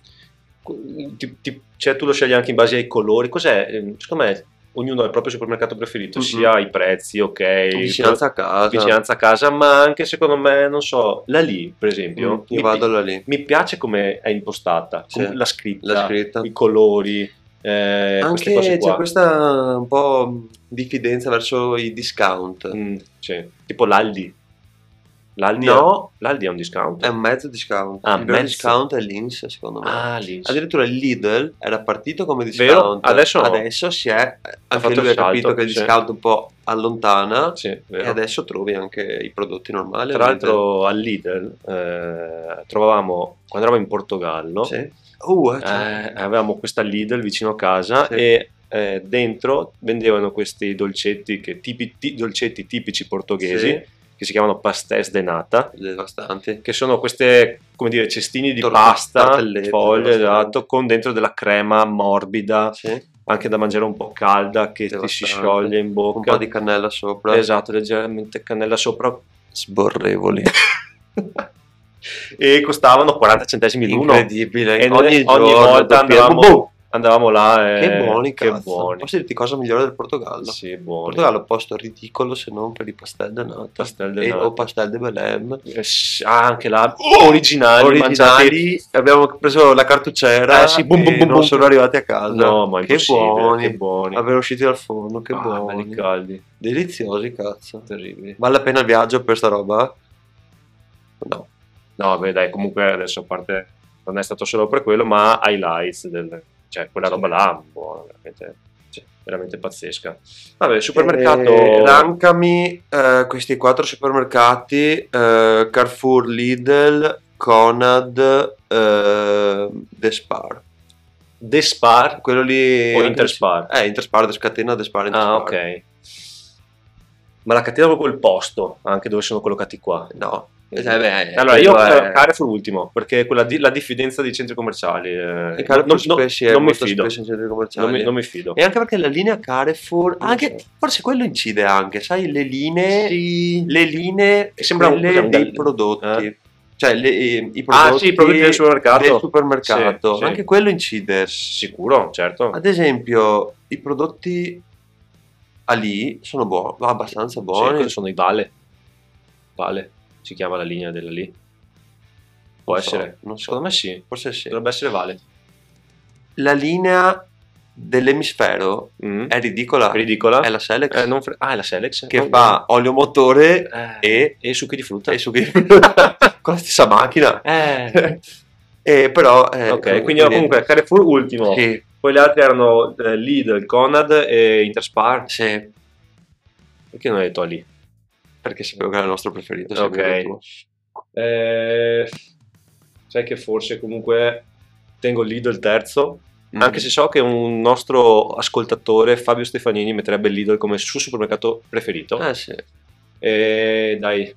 Speaker 1: Ti- ti- cioè, tu lo scegli anche in base ai colori. Cos'è? Ehm, Secondo me, ognuno ha il proprio supermercato preferito,
Speaker 2: Mhm.
Speaker 1: sia i prezzi, ok.
Speaker 2: Vicinanza a casa.
Speaker 1: vicinanza a casa, ma anche secondo me, non so, la lì, per esempio.
Speaker 2: Mm,
Speaker 1: mi,
Speaker 2: Io vado là lì.
Speaker 1: mi piace come è impostata,
Speaker 2: Sì.
Speaker 1: com- la, scritta,
Speaker 2: La scritta.
Speaker 1: i colori, Esatto. eh, queste
Speaker 2: Anche
Speaker 1: cose
Speaker 2: c'è
Speaker 1: qua.
Speaker 2: questa un po' diffidenza verso i discount.
Speaker 1: Mm, sì. Tipo l'Aldi. L'Aldi,
Speaker 2: No.
Speaker 1: è, l'Aldi è un discount.
Speaker 2: È un mezzo discount.
Speaker 1: Ah,
Speaker 2: il vero
Speaker 1: mezzo.
Speaker 2: discount è l'Inps, secondo me.
Speaker 1: ah, lì.
Speaker 2: Addirittura il Lidl era partito come
Speaker 1: Vero?
Speaker 2: discount.
Speaker 1: Adesso no.
Speaker 2: Adesso si è. Anche
Speaker 1: fatto
Speaker 2: lui
Speaker 1: il
Speaker 2: ha capito
Speaker 1: salto,
Speaker 2: che il
Speaker 1: sì.
Speaker 2: discount un po' allontana.
Speaker 1: Sì,
Speaker 2: E
Speaker 1: vero.
Speaker 2: adesso trovi anche i prodotti normali.
Speaker 1: Tra l'altro al Lidl eh, trovavamo, quando eravamo in Portogallo,
Speaker 2: Sì. Uh, eh,
Speaker 1: eh,
Speaker 2: cioè,
Speaker 1: avevamo questa Lidl vicino a casa
Speaker 2: Sì.
Speaker 1: e eh, dentro vendevano questi dolcetti, che tipi- ti- dolcetti tipici portoghesi che si chiamano pastéis de nata,
Speaker 2: sì, devastanti.
Speaker 1: che sono queste, come dire, cestini di
Speaker 2: Tor-
Speaker 1: pasta,
Speaker 2: tortellette,
Speaker 1: foglie,
Speaker 2: devastante.
Speaker 1: esatto, con dentro della crema morbida,
Speaker 2: Sì.
Speaker 1: anche da mangiare un po' calda, che ti si
Speaker 2: Devastante.
Speaker 1: scioglie in bocca.
Speaker 2: Un po' di cannella sopra.
Speaker 1: Esatto, leggermente cannella sopra, *laughs*
Speaker 2: Sborrevoli.
Speaker 1: e costavano 40 centesimi l'uno.
Speaker 2: Incredibile.
Speaker 1: E noi
Speaker 2: ogni,
Speaker 1: ogni
Speaker 2: giorno
Speaker 1: volta
Speaker 2: doppiamo-
Speaker 1: andavamo-
Speaker 2: Boh!
Speaker 1: Andavamo là e...
Speaker 2: Che buoni,
Speaker 1: Che
Speaker 2: cazzo.
Speaker 1: buoni.
Speaker 2: Posso dirti cosa migliore del Portogallo? Il
Speaker 1: Sì, buoni.
Speaker 2: Portogallo è un posto ridicolo se non per i pastel de nata
Speaker 1: Pastel de
Speaker 2: e-
Speaker 1: nata.
Speaker 2: o pastel de Belém.
Speaker 1: Eh, sì, ah, anche là. originali. mangiati-
Speaker 2: Originali, abbiamo preso la cartucciera
Speaker 1: Ah, sì, boom,
Speaker 2: e
Speaker 1: boom, boom,
Speaker 2: non
Speaker 1: boom.
Speaker 2: sono arrivati a casa.
Speaker 1: No, ma
Speaker 2: Ah, che
Speaker 1: impossibile,
Speaker 2: buoni,
Speaker 1: Che buoni.
Speaker 2: Avere usciti dal forno, che
Speaker 1: Ah,
Speaker 2: buoni.
Speaker 1: belli caldi.
Speaker 2: Deliziosi, cazzo.
Speaker 1: Terribili.
Speaker 2: Vale la pena il viaggio per sta roba? No.
Speaker 1: No, beh, dai, comunque adesso a parte non è stato solo per quello, ma highlights, del, cioè quella roba là, buona, veramente, cioè, veramente pazzesca. Vabbè, il supermercato
Speaker 2: Eh, rancami eh, questi quattro supermercati: eh, Carrefour, Lidl, Conad, eh, The Spar.
Speaker 1: The Spar
Speaker 2: Quello lì.
Speaker 1: o Interspar?
Speaker 2: Eh, Interspar, The Scatena, The Spar. Interspar.
Speaker 1: ah, ok. Ma la catena proprio il posto, anche dove sono collocati qua.
Speaker 2: No. Eh, beh,
Speaker 1: allora, io
Speaker 2: quello
Speaker 1: eh,
Speaker 2: è-
Speaker 1: Carrefour ultimo, perché quella di- la diffidenza dei centri commerciali. eh,
Speaker 2: E Carrefour
Speaker 1: non,
Speaker 2: spesso è
Speaker 1: non mi
Speaker 2: molto
Speaker 1: fido.
Speaker 2: spesso in centri commerciali.
Speaker 1: Non mi, non mi fido.
Speaker 2: E anche perché la linea Carrefour,
Speaker 1: Non
Speaker 2: anche-
Speaker 1: so.
Speaker 2: forse quello incide anche, sai, le linee,
Speaker 1: Sì.
Speaker 2: le linee
Speaker 1: Che sembra un-
Speaker 2: quelle
Speaker 1: cos'è, un
Speaker 2: dei
Speaker 1: gal-
Speaker 2: prodotti,
Speaker 1: eh?
Speaker 2: cioè le- i, i prodotti,
Speaker 1: Ah, sì, i prodotti del supermercato.
Speaker 2: del supermercato.
Speaker 1: Sì, sì.
Speaker 2: anche quello incide.
Speaker 1: Sicuro, certo.
Speaker 2: Ad esempio, i prodotti a lì sono buoni, abbastanza
Speaker 1: Sì,
Speaker 2: buoni.
Speaker 1: quelli sono i Vale. Vale, si chiama la linea della lì. Può
Speaker 2: Non so,
Speaker 1: essere.
Speaker 2: non so.
Speaker 1: Secondo me sì.
Speaker 2: Forse sì.
Speaker 1: Dovrebbe essere Vale.
Speaker 2: La linea dell'emisfero
Speaker 1: Mm.
Speaker 2: è ridicola,
Speaker 1: ridicola.
Speaker 2: è la Selex
Speaker 1: Eh, non fre- ah, è la Selex.
Speaker 2: che
Speaker 1: Non-
Speaker 2: fa olio motore
Speaker 1: Eh,
Speaker 2: e-
Speaker 1: e succhi di frutta.
Speaker 2: e su che *laughs* con la stessa
Speaker 1: *laughs*
Speaker 2: macchina.
Speaker 1: Eh.
Speaker 2: *laughs* Eh, però eh,
Speaker 1: ok, quindi comunque Carrefour ultimo.
Speaker 2: sì,
Speaker 1: Poi le altre erano eh, Lidl, Conad e Interspar.
Speaker 2: sì,
Speaker 1: Perché non hai detto lì?
Speaker 2: perché sapevo che era il nostro preferito.
Speaker 1: Ok.
Speaker 2: sempre l'ultimo.
Speaker 1: Eh, sai che forse comunque tengo Lidl terzo.
Speaker 2: Mm.
Speaker 1: Anche se so che un nostro ascoltatore, Fabio Stefanini, metterebbe Lidl come suo supermercato preferito.
Speaker 2: Eh, sì.
Speaker 1: E dai.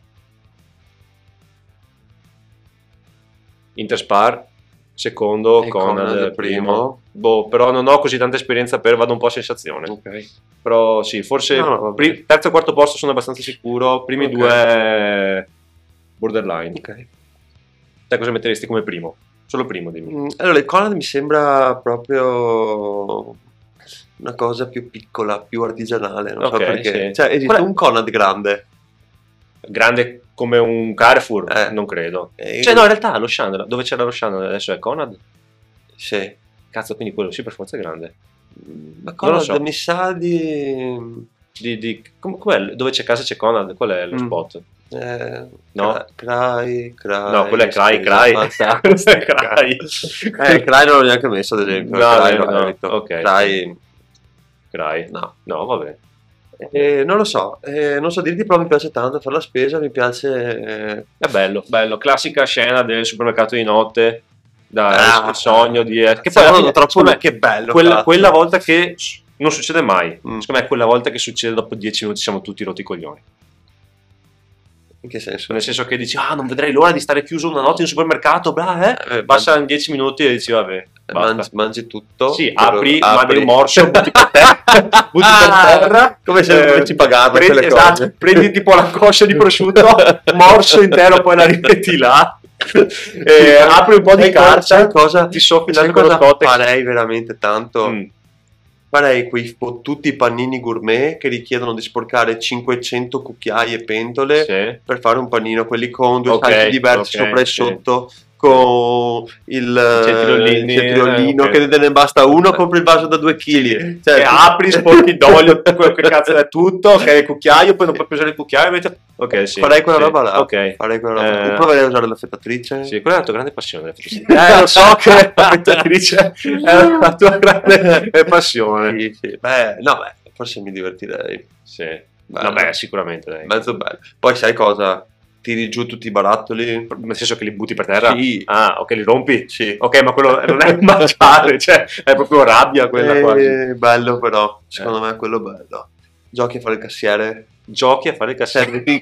Speaker 1: Interspar, secondo,
Speaker 2: E
Speaker 1: Conad, primo.
Speaker 2: Conad, primo.
Speaker 1: Boh, però non ho così tanta esperienza per vado un po' a sensazione. Però sì, forse
Speaker 2: No, no, vabbè.
Speaker 1: pri- terzo e quarto posto sono abbastanza sicuro, primi
Speaker 2: Ok.
Speaker 1: due borderline.
Speaker 2: Ok.
Speaker 1: Te cosa metteresti come primo? Solo primo, dimmi.
Speaker 2: Mm, Allora, il Conad mi sembra proprio una cosa più piccola, più artigianale. Non
Speaker 1: Ok,
Speaker 2: so perché.
Speaker 1: sì.
Speaker 2: Cioè, esiste
Speaker 1: Qual è-
Speaker 2: un Conad grande.
Speaker 1: Grande come un Carrefour?
Speaker 2: Eh.
Speaker 1: Non credo.
Speaker 2: Eh,
Speaker 1: Cioè no, in realtà lo Shandra, dove c'era lo Shandra adesso è Conad?
Speaker 2: sì.
Speaker 1: Cazzo, quindi quello sì per forza è grande.
Speaker 2: Mm, Ma Conad
Speaker 1: so.
Speaker 2: mi sa di.
Speaker 1: Di, di, com- com'è? dove c'è casa c'è Conad, qual è lo
Speaker 2: Mm.
Speaker 1: spot?
Speaker 2: eh,
Speaker 1: No.
Speaker 2: Cra- Cry, Cry.
Speaker 1: no, quello è Cry,
Speaker 2: scusa,
Speaker 1: Cry. *laughs*
Speaker 2: basta.
Speaker 1: Questo è Cry.
Speaker 2: Eh, Cry non l'ho neanche messo, ad esempio.
Speaker 1: No,
Speaker 2: Cry
Speaker 1: no,
Speaker 2: non
Speaker 1: no.
Speaker 2: l'ho detto.
Speaker 1: Ok.
Speaker 2: Cry,
Speaker 1: Cry.
Speaker 2: no.
Speaker 1: No, vabbè.
Speaker 2: Eh, non lo so, eh, non so dirti, però mi piace tanto fare la spesa, mi piace... eh,
Speaker 1: È bello, bello. Classica scena del supermercato di notte, da
Speaker 2: Ah.
Speaker 1: il sogno di... Che
Speaker 2: Sì,
Speaker 1: poi alla
Speaker 2: no,
Speaker 1: fine,
Speaker 2: troppo-
Speaker 1: secondo me,
Speaker 2: che bello,
Speaker 1: Quella,
Speaker 2: cazzo.
Speaker 1: quella volta che s- non succede mai.
Speaker 2: Mm.
Speaker 1: Secondo me quella volta che succede dopo 10 minuti siamo tutti rotti i coglioni.
Speaker 2: in che senso?
Speaker 1: Nel senso che dici, ah, non vedrei l'ora di stare chiuso una notte in un supermercato, bla, eh.
Speaker 2: Eh,
Speaker 1: Passano 10 minuti e dici, vabbè, basta.
Speaker 2: mangi, mangi tutto.
Speaker 1: Sì,
Speaker 2: però-
Speaker 1: apri, mandi un morso, butti per
Speaker 2: *laughs*
Speaker 1: *laughs* terra, butti
Speaker 2: Ah,
Speaker 1: per terra.
Speaker 2: come se non
Speaker 1: eh,
Speaker 2: dovessi pagarle
Speaker 1: prendi,
Speaker 2: quelle cose.
Speaker 1: esatto, prendi tipo la coscia di prosciutto, *laughs* morso intero, poi la rimetti *laughs* là. Eh, apri un po' di
Speaker 2: Sai cosa-
Speaker 1: carta,
Speaker 2: sai cosa,
Speaker 1: ti soffi
Speaker 2: sai
Speaker 1: anche con lo
Speaker 2: cosa
Speaker 1: scottex.
Speaker 2: farei veramente tanto?
Speaker 1: Mm.
Speaker 2: Farei quei fottuti panini gourmet che richiedono di sporcare 500 cucchiai e pentole
Speaker 1: Sì.
Speaker 2: per fare un panino, quelli con due
Speaker 1: Ok,
Speaker 2: salsi diversi
Speaker 1: ok,
Speaker 2: sopra e
Speaker 1: sì.
Speaker 2: sotto, con il,
Speaker 1: centirollini,
Speaker 2: il centirollino,
Speaker 1: eh, ok.
Speaker 2: che te ne basta uno, compri il vaso da 2 kg.
Speaker 1: Cioè, apri, *laughs* sporchi
Speaker 2: *laughs*
Speaker 1: d'olio, quello che cazzo è tutto, ok, il cucchiaio, poi non puoi più usare il cucchiaio, metti- ok, sì.
Speaker 2: Farei quella
Speaker 1: sì,
Speaker 2: roba là.
Speaker 1: Ok.
Speaker 2: Farei quella roba.
Speaker 1: Eh.
Speaker 2: là. Tu proverei a usare l'affettatrice?
Speaker 1: Sì, quella è la tua grande passione. effettivamente.
Speaker 2: Eh, lo so che
Speaker 1: è *laughs* la dice, è la tua *laughs* grande passione.
Speaker 2: Sì, sì. Beh, no, beh, forse mi divertirei.
Speaker 1: Sì.
Speaker 2: Bello.
Speaker 1: Vabbè, sicuramente. Dai.
Speaker 2: Mezzo bello. Poi sai cosa? Tiri giù tutti i barattoli.
Speaker 1: Nel senso che li butti per terra?
Speaker 2: Sì.
Speaker 1: Ah, ok, li rompi?
Speaker 2: Sì.
Speaker 1: Ok, ma quello non è *laughs* mangiare, cioè è proprio rabbia quella Eh.
Speaker 2: Eh,
Speaker 1: quasi.
Speaker 2: bello però, secondo me è quello bello. Giochi a fare il cassiere.
Speaker 1: Giochi a fare il
Speaker 2: Servi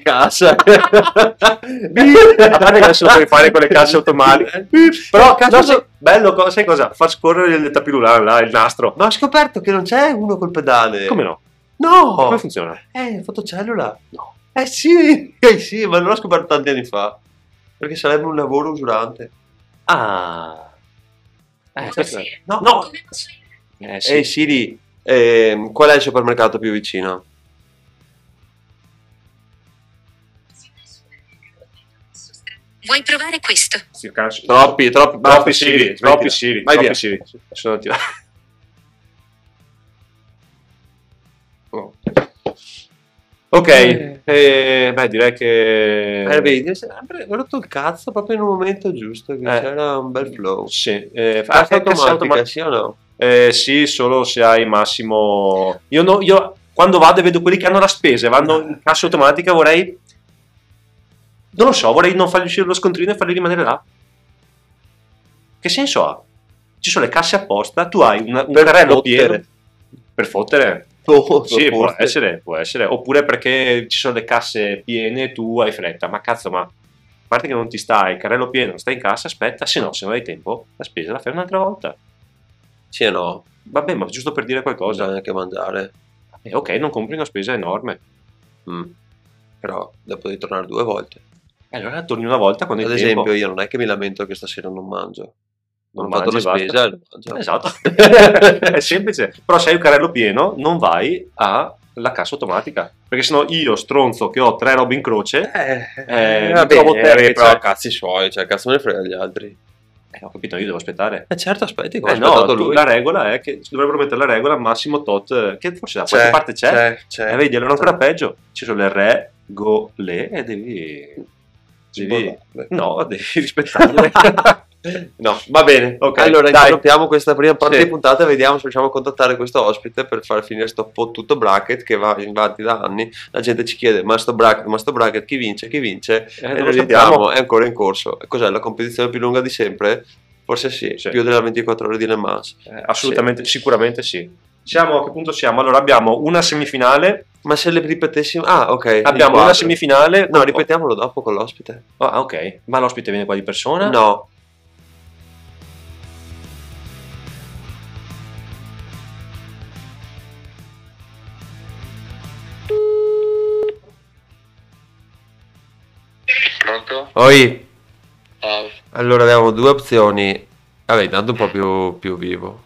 Speaker 1: *laughs* cassetto.
Speaker 2: in cassa.
Speaker 1: a parte che adesso puoi fare con le casse automatiche. Però,
Speaker 2: Cazzo,
Speaker 1: no, sai- bello, co- sai cosa? Far scorrere il tapirulano là, il nastro.
Speaker 2: Ma ho scoperto che non c'è uno col pedale.
Speaker 1: Come no?
Speaker 2: No!
Speaker 1: Come funziona?
Speaker 2: Eh, fotocellula? No. Eh sì, *laughs* eh sì, ma non l'ho scoperto tanti anni fa. Perché sarebbe un lavoro usurante.
Speaker 1: Ah. Eh,
Speaker 3: Sì.
Speaker 1: questo-
Speaker 2: No,
Speaker 3: No.
Speaker 2: no,
Speaker 3: Come posso aiutarti?
Speaker 1: Eh,
Speaker 2: Ehi Siri, ehm, qual è il supermercato più vicino?
Speaker 3: Vuoi provare questo?
Speaker 1: Sì, cazzo.
Speaker 2: Troppi, troppi, basta,
Speaker 1: Troppi Siri,
Speaker 2: smettila.
Speaker 1: troppi Siri,
Speaker 2: Vai
Speaker 1: troppi
Speaker 2: via.
Speaker 1: Siri. Sono attivato. Ok,
Speaker 2: Oh. Eh.
Speaker 1: eh, beh direi che...
Speaker 2: Eh, vedi, mi sembra- ho rotto il cazzo proprio in un momento giusto, che
Speaker 1: Eh.
Speaker 2: c'era un bel flow.
Speaker 1: Sì, eh, ah,
Speaker 2: Cassa
Speaker 1: cassa automatica.
Speaker 2: automatica, sì o no?
Speaker 1: Eh, sì, solo se hai massimo... Io, no- io quando vado e vedo quelli che hanno la spesa, e vanno in cassa automatica, vorrei... Non lo so, vorrei non fargli uscire lo scontrino e farli rimanere là. Che senso ha? Ci sono le casse apposta, tu hai una- un
Speaker 2: Per
Speaker 1: carrello
Speaker 2: fottere.
Speaker 1: pieno... Per fottere?
Speaker 2: Oh,
Speaker 1: Sì, può
Speaker 2: *laughs* forse.
Speaker 1: essere, può essere. Oppure perché ci sono le casse piene e tu hai fretta. Ma cazzo, ma a parte che non ti stai, il carrello pieno, non stai in cassa, aspetta, se no, se non hai tempo, la spesa la fai un'altra volta.
Speaker 2: Sì o no?
Speaker 1: Vabbè, ma giusto per dire qualcosa.
Speaker 2: Bisogna anche mangiare.
Speaker 1: Eh, ok, non compri una spesa enorme.
Speaker 2: Mm. Però dopo devi tornare due volte.
Speaker 1: E Allora torni una volta quando
Speaker 2: Ad
Speaker 1: hai
Speaker 2: esempio,
Speaker 1: tempo.
Speaker 2: io non è che mi lamento che stasera non mangio. Non, ho
Speaker 1: mangi,
Speaker 2: fatto la
Speaker 1: basta.
Speaker 2: spesa, non mangio.
Speaker 1: Esatto, *laughs* è semplice. Però se hai un carrello pieno, non vai alla cassa automatica. Perché sennò io, stronzo, che ho tre robe in croce, Eh,
Speaker 2: Eh,
Speaker 1: mi trovo te che c'è-
Speaker 2: però cazzi suoi, cioè cazzo me ne frega gli altri.
Speaker 1: eh, ho capito, io devo aspettare.
Speaker 2: Eh certo, aspetti, come
Speaker 1: Eh
Speaker 2: ha
Speaker 1: no,
Speaker 2: aspettato
Speaker 1: tu-
Speaker 2: lui.
Speaker 1: la regola è che dovrebbero mettere la regola massimo tot, eh, che forse da qualche parte c'è.
Speaker 2: c'è.
Speaker 1: Eh, vedi, allora ancora peggio. Ci sono le regole e devi...
Speaker 2: Ci
Speaker 1: devi-
Speaker 2: può dare.
Speaker 1: No, *laughs* devi rispettarle.
Speaker 2: No, va bene.
Speaker 1: Ok,
Speaker 2: allora
Speaker 1: dai.
Speaker 2: interrompiamo questa prima parte
Speaker 1: Sì.
Speaker 2: di puntata e vediamo se riusciamo a contattare questo ospite per far finire sto fottuto bracket che va avanti da anni. La gente ci chiede, ma sto bracket, ma sto bracket, chi vince, chi vince?
Speaker 1: Eh,
Speaker 2: e
Speaker 1: non
Speaker 2: lo
Speaker 1: lo
Speaker 2: vediamo,
Speaker 1: sappiamo.
Speaker 2: è ancora in corso. Cos'è, la competizione più lunga di sempre? Forse sì,
Speaker 1: Sì.
Speaker 2: più delle 24 ore di Le Mans.
Speaker 1: Eh, assolutamente, sicuramente sì. Siamo a che punto siamo? Allora abbiamo una semifinale,
Speaker 2: Ma se le ripetessimo... Ah, ok.
Speaker 1: abbiamo
Speaker 2: la
Speaker 1: una semifinale.
Speaker 2: No, ripetiamolo dopo con l'ospite.
Speaker 1: Ah, ok. Ma l'ospite viene qua di persona?
Speaker 2: No.
Speaker 4: Pronto? Oh,
Speaker 2: Oi,
Speaker 4: Ciao.
Speaker 2: allora abbiamo due opzioni. Vabbè, intanto un po' più, più vivo.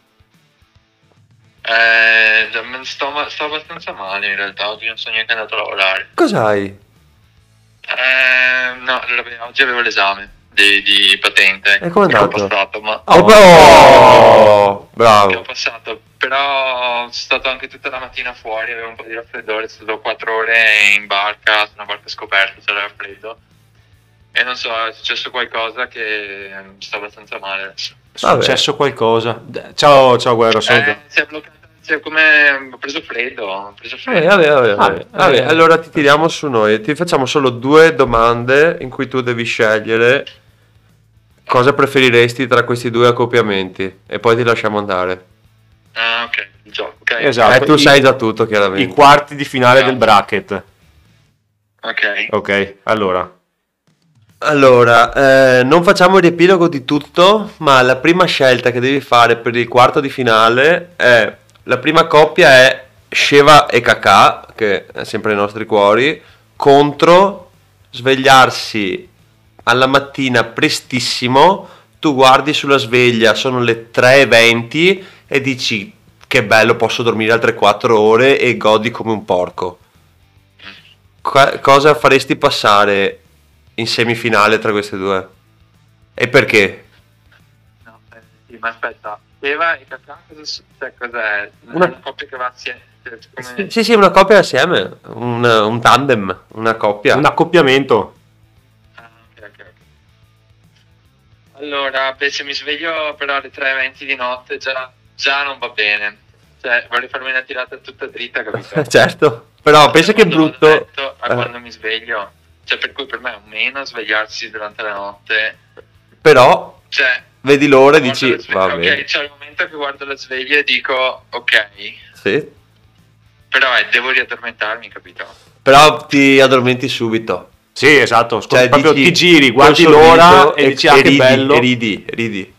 Speaker 4: Eh, d- sto, ma- sto abbastanza male in realtà, oggi non sono neanche andato a lavorare.
Speaker 2: Cos'hai?
Speaker 4: Eh, no, allora, beh, oggi avevo l'esame di, di patente.
Speaker 2: E com'è
Speaker 4: che ho
Speaker 2: andato?
Speaker 4: passato, ma
Speaker 1: Ah,
Speaker 2: Oh, bravo!
Speaker 4: che ho
Speaker 2: Oh, Bravo.
Speaker 4: passato, però sono stato anche tutta la mattina fuori, avevo un po' di raffreddore, sono stato 4 ore in barca, su una barca scoperta, c'era freddo. E non so, è successo qualcosa che mm, sto abbastanza male adesso.
Speaker 1: È successo qualcosa. D- Ciao, ciao Guerra, sono
Speaker 4: Eh, si è bloccato, si è come ho preso freddo, ho preso
Speaker 2: Eh, Vabbè,
Speaker 4: freddo.
Speaker 2: vabbè, vabbè,
Speaker 1: Vabbè,
Speaker 2: vabbè. Vabbè,
Speaker 1: eh.
Speaker 2: allora ti tiriamo su noi. Ti facciamo solo due domande in cui tu devi scegliere cosa preferiresti tra questi due accoppiamenti e poi ti lasciamo andare.
Speaker 4: Ah, ok, il gioco, ok.
Speaker 1: Esatto.
Speaker 2: eh, tu
Speaker 1: i-
Speaker 2: sai già tutto,
Speaker 1: i
Speaker 2: chiaramente.
Speaker 1: quarti di finale del bracket.
Speaker 4: Ok.
Speaker 1: Ok, allora.
Speaker 2: Allora, eh, non facciamo il riepilogo di tutto, ma la prima scelta che devi fare per il quarto di finale è la prima coppia è Sheva e Kakà, che è sempre nei nostri cuori, contro svegliarsi alla mattina prestissimo, tu guardi sulla sveglia, sono le 3.20 e dici che bello, posso dormire altre 4 ore e godi come un porco. Qua- cosa faresti passare in semifinale tra queste due? E perché?
Speaker 4: No, eh, sì, ma aspetta, Eva e Kakà cosa s- cioè, cos'è?
Speaker 2: Una-
Speaker 4: Una... coppia che va assieme, cioè,
Speaker 1: Eh.
Speaker 4: come...
Speaker 2: Sì, sì, una coppia assieme, un, un tandem, una coppia. *laughs*
Speaker 1: Un accoppiamento.
Speaker 4: Ah, ok, ok, ok. Allora, beh, se mi sveglio però alle 3.20 di notte già, già non va bene. Cioè, vorrei farmi una tirata tutta dritta,
Speaker 2: *laughs*
Speaker 4: capito?
Speaker 2: certo, però pensa che è
Speaker 4: Da quando
Speaker 2: brutto...
Speaker 4: vado a letto A
Speaker 2: eh,
Speaker 4: quando mi sveglio. Cioè, per cui per me è un meno svegliarsi durante la notte.
Speaker 2: Però
Speaker 4: Cioè,
Speaker 2: vedi l'ora e
Speaker 4: guardo
Speaker 2: dici,
Speaker 4: la sveglia-
Speaker 2: va
Speaker 4: ok,
Speaker 2: bene.
Speaker 4: c'è il momento che guardo la sveglia e dico, ok,
Speaker 2: Sì.
Speaker 4: però eh, devo riaddormentarmi, capito?
Speaker 2: Però ti addormenti subito.
Speaker 1: Sì, esatto. scus-
Speaker 2: Cioè,
Speaker 1: proprio
Speaker 2: dici-
Speaker 1: ti giri, guardi
Speaker 2: col sorriso
Speaker 1: l'ora e, dici ah che
Speaker 2: ridi,
Speaker 1: bello.
Speaker 2: e ridi,
Speaker 1: *laughs*
Speaker 2: ridi.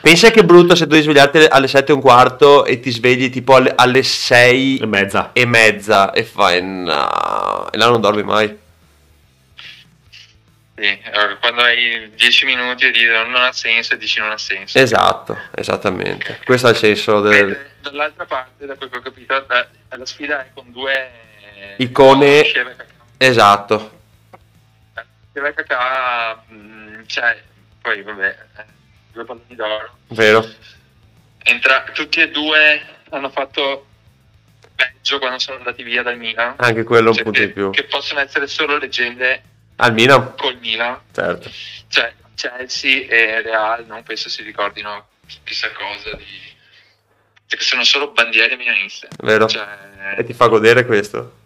Speaker 2: Pensa che è brutto se devi svegliarti alle 7 e un quarto e ti svegli tipo alle, alle 6
Speaker 1: E mezza.
Speaker 2: e mezza e fai no, e là non dormi mai
Speaker 4: Sì, allora, quando hai 10 minuti e dici non ha senso e dici non ha senso.
Speaker 2: Esatto, esattamente. Questo è il senso del...
Speaker 4: Mentre Dall'altra parte, da quel che ho capito, la, la sfida è con due eh,
Speaker 2: Icone. Esatto,
Speaker 4: Sheva Kakà, cioè, poi vabbè, eh, due palloni d'oro.
Speaker 2: vero.
Speaker 4: Entra- tutti e due hanno fatto peggio quando sono andati via dal Milan.
Speaker 2: Anche quello un
Speaker 4: Cioè,
Speaker 2: punto
Speaker 4: che,
Speaker 2: in più.
Speaker 4: che possono essere solo leggende
Speaker 2: Al Milan,
Speaker 4: col Milan.
Speaker 2: certo.
Speaker 4: Cioè, Chelsea e Real non penso si ricordino chissà cosa di... Cioè, che sono solo bandiere milaniste.
Speaker 2: Vero.
Speaker 4: Cioè,
Speaker 1: Eh,
Speaker 4: eh,
Speaker 2: E ti fa godere questo.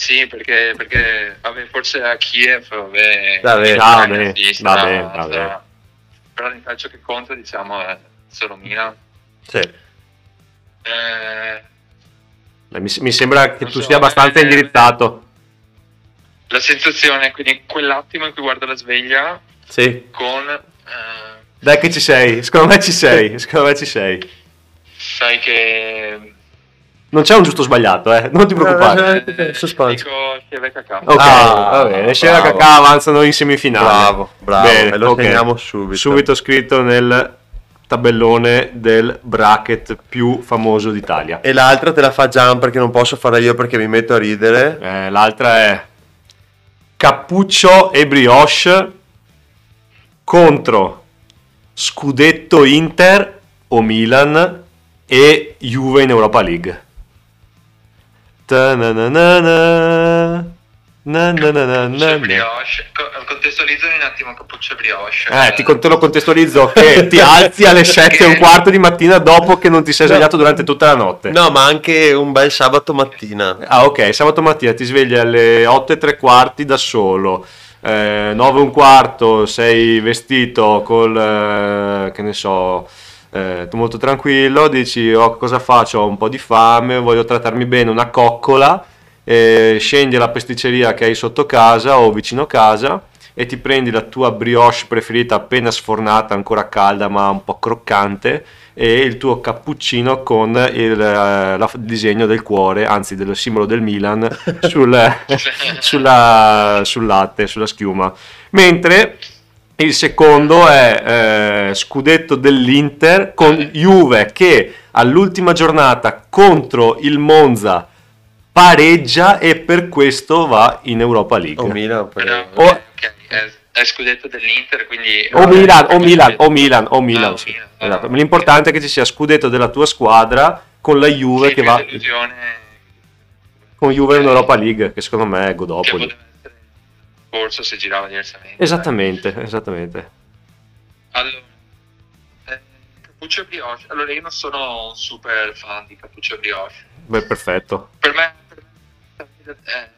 Speaker 4: Sì, perché, perché, vabbè, forse a Kiev, vabbè,
Speaker 2: Vabbè,
Speaker 4: Ucraina,
Speaker 1: vabbè,
Speaker 4: sì, sta-
Speaker 1: vabbè,
Speaker 4: sta-
Speaker 1: vabbè.
Speaker 4: Però nel calcio che conta, diciamo, è solo Milan.
Speaker 2: Sì.
Speaker 4: Eh,
Speaker 1: Eh, Mi, mi sembra che
Speaker 4: Non
Speaker 1: tu
Speaker 4: so,
Speaker 1: sia abbastanza
Speaker 4: eh,
Speaker 1: indirizzato.
Speaker 4: la sensazione, quindi quell'attimo in cui guardo la sveglia
Speaker 1: Sì.
Speaker 4: con... eh,
Speaker 1: Dai che ci sei, secondo me ci sei, secondo me ci sei.
Speaker 4: sai che...
Speaker 1: Non c'è un giusto o sbagliato, eh, non ti
Speaker 2: *laughs*
Speaker 1: preoccupare.
Speaker 2: Eh, suspense.
Speaker 4: Dico Kiev Kakà.
Speaker 1: Ok,
Speaker 2: Ah,
Speaker 1: va bene,
Speaker 2: bravo.
Speaker 1: Scena Cacà avanzano in semifinale.
Speaker 2: Bravo, bravo, e lo
Speaker 1: ok.
Speaker 2: segniamo subito.
Speaker 1: Subito scritto nel tabellone del bracket più famoso d'Italia.
Speaker 2: E l'altra te la fa Gian perché non posso farla io perché mi metto a ridere.
Speaker 1: Eh, l'altra è Cappuccio e Brioche contro Scudetto Inter o Milan e Juve in Europa League. Ta-na-na-na-na, na-na-na-na-na.
Speaker 4: Cappuccio brioche. Co- Contestualizzami un attimo Cappuccio Brioche.
Speaker 1: Eh, ti con- te lo contestualizzo che ti alzi alle 7 e un quarto di mattina dopo che non ti sei svegliato durante tutta la notte.
Speaker 2: No, ma anche un bel sabato mattina.
Speaker 1: Ah, ok. Sabato mattina ti svegli alle 8 e tre quarti da solo. Eh, 9 e un quarto sei vestito col eh, che ne so. eh, tu molto tranquillo, dici oh, cosa faccio? Ho un po' di fame, voglio trattarmi bene, una coccola. eh, scendi alla pasticceria che hai sotto casa o vicino casa e ti prendi la tua brioche preferita appena sfornata, ancora calda ma un po' croccante e il tuo cappuccino con il, eh, la- il disegno del cuore, anzi del simbolo del Milan sul, sulla- sul latte, sulla schiuma. Mentre il secondo è eh, scudetto dell'Inter con Juve che all'ultima giornata contro il Monza pareggia e per questo va in Europa League.
Speaker 2: O Milan, però.
Speaker 4: Bravo,
Speaker 1: O-
Speaker 4: ok, è, è scudetto dell'Inter, quindi...
Speaker 1: Eh, oh.
Speaker 4: eh,
Speaker 1: O Milan, o Milan, o Milan, o
Speaker 4: Ah,
Speaker 1: Milan.
Speaker 4: o
Speaker 1: sì.
Speaker 4: Milan, ah,
Speaker 1: Esatto.
Speaker 4: ok.
Speaker 1: Ma L'importante è che ci sia scudetto della tua squadra con la Juve
Speaker 4: Sì,
Speaker 1: che
Speaker 4: più
Speaker 1: va
Speaker 4: delusione
Speaker 1: con Juve in Europa League, che secondo me è
Speaker 4: Eh, che
Speaker 1: Godopoli.
Speaker 4: poteva essere corso se girava diversamente.
Speaker 1: Esattamente, esattamente.
Speaker 4: Allora, eh, Cappuccio e Brioche. Allora, io non sono un super fan di Cappuccio e Brioche.
Speaker 1: Beh,
Speaker 4: *laughs*
Speaker 1: perfetto.
Speaker 4: Per me, per me, eh,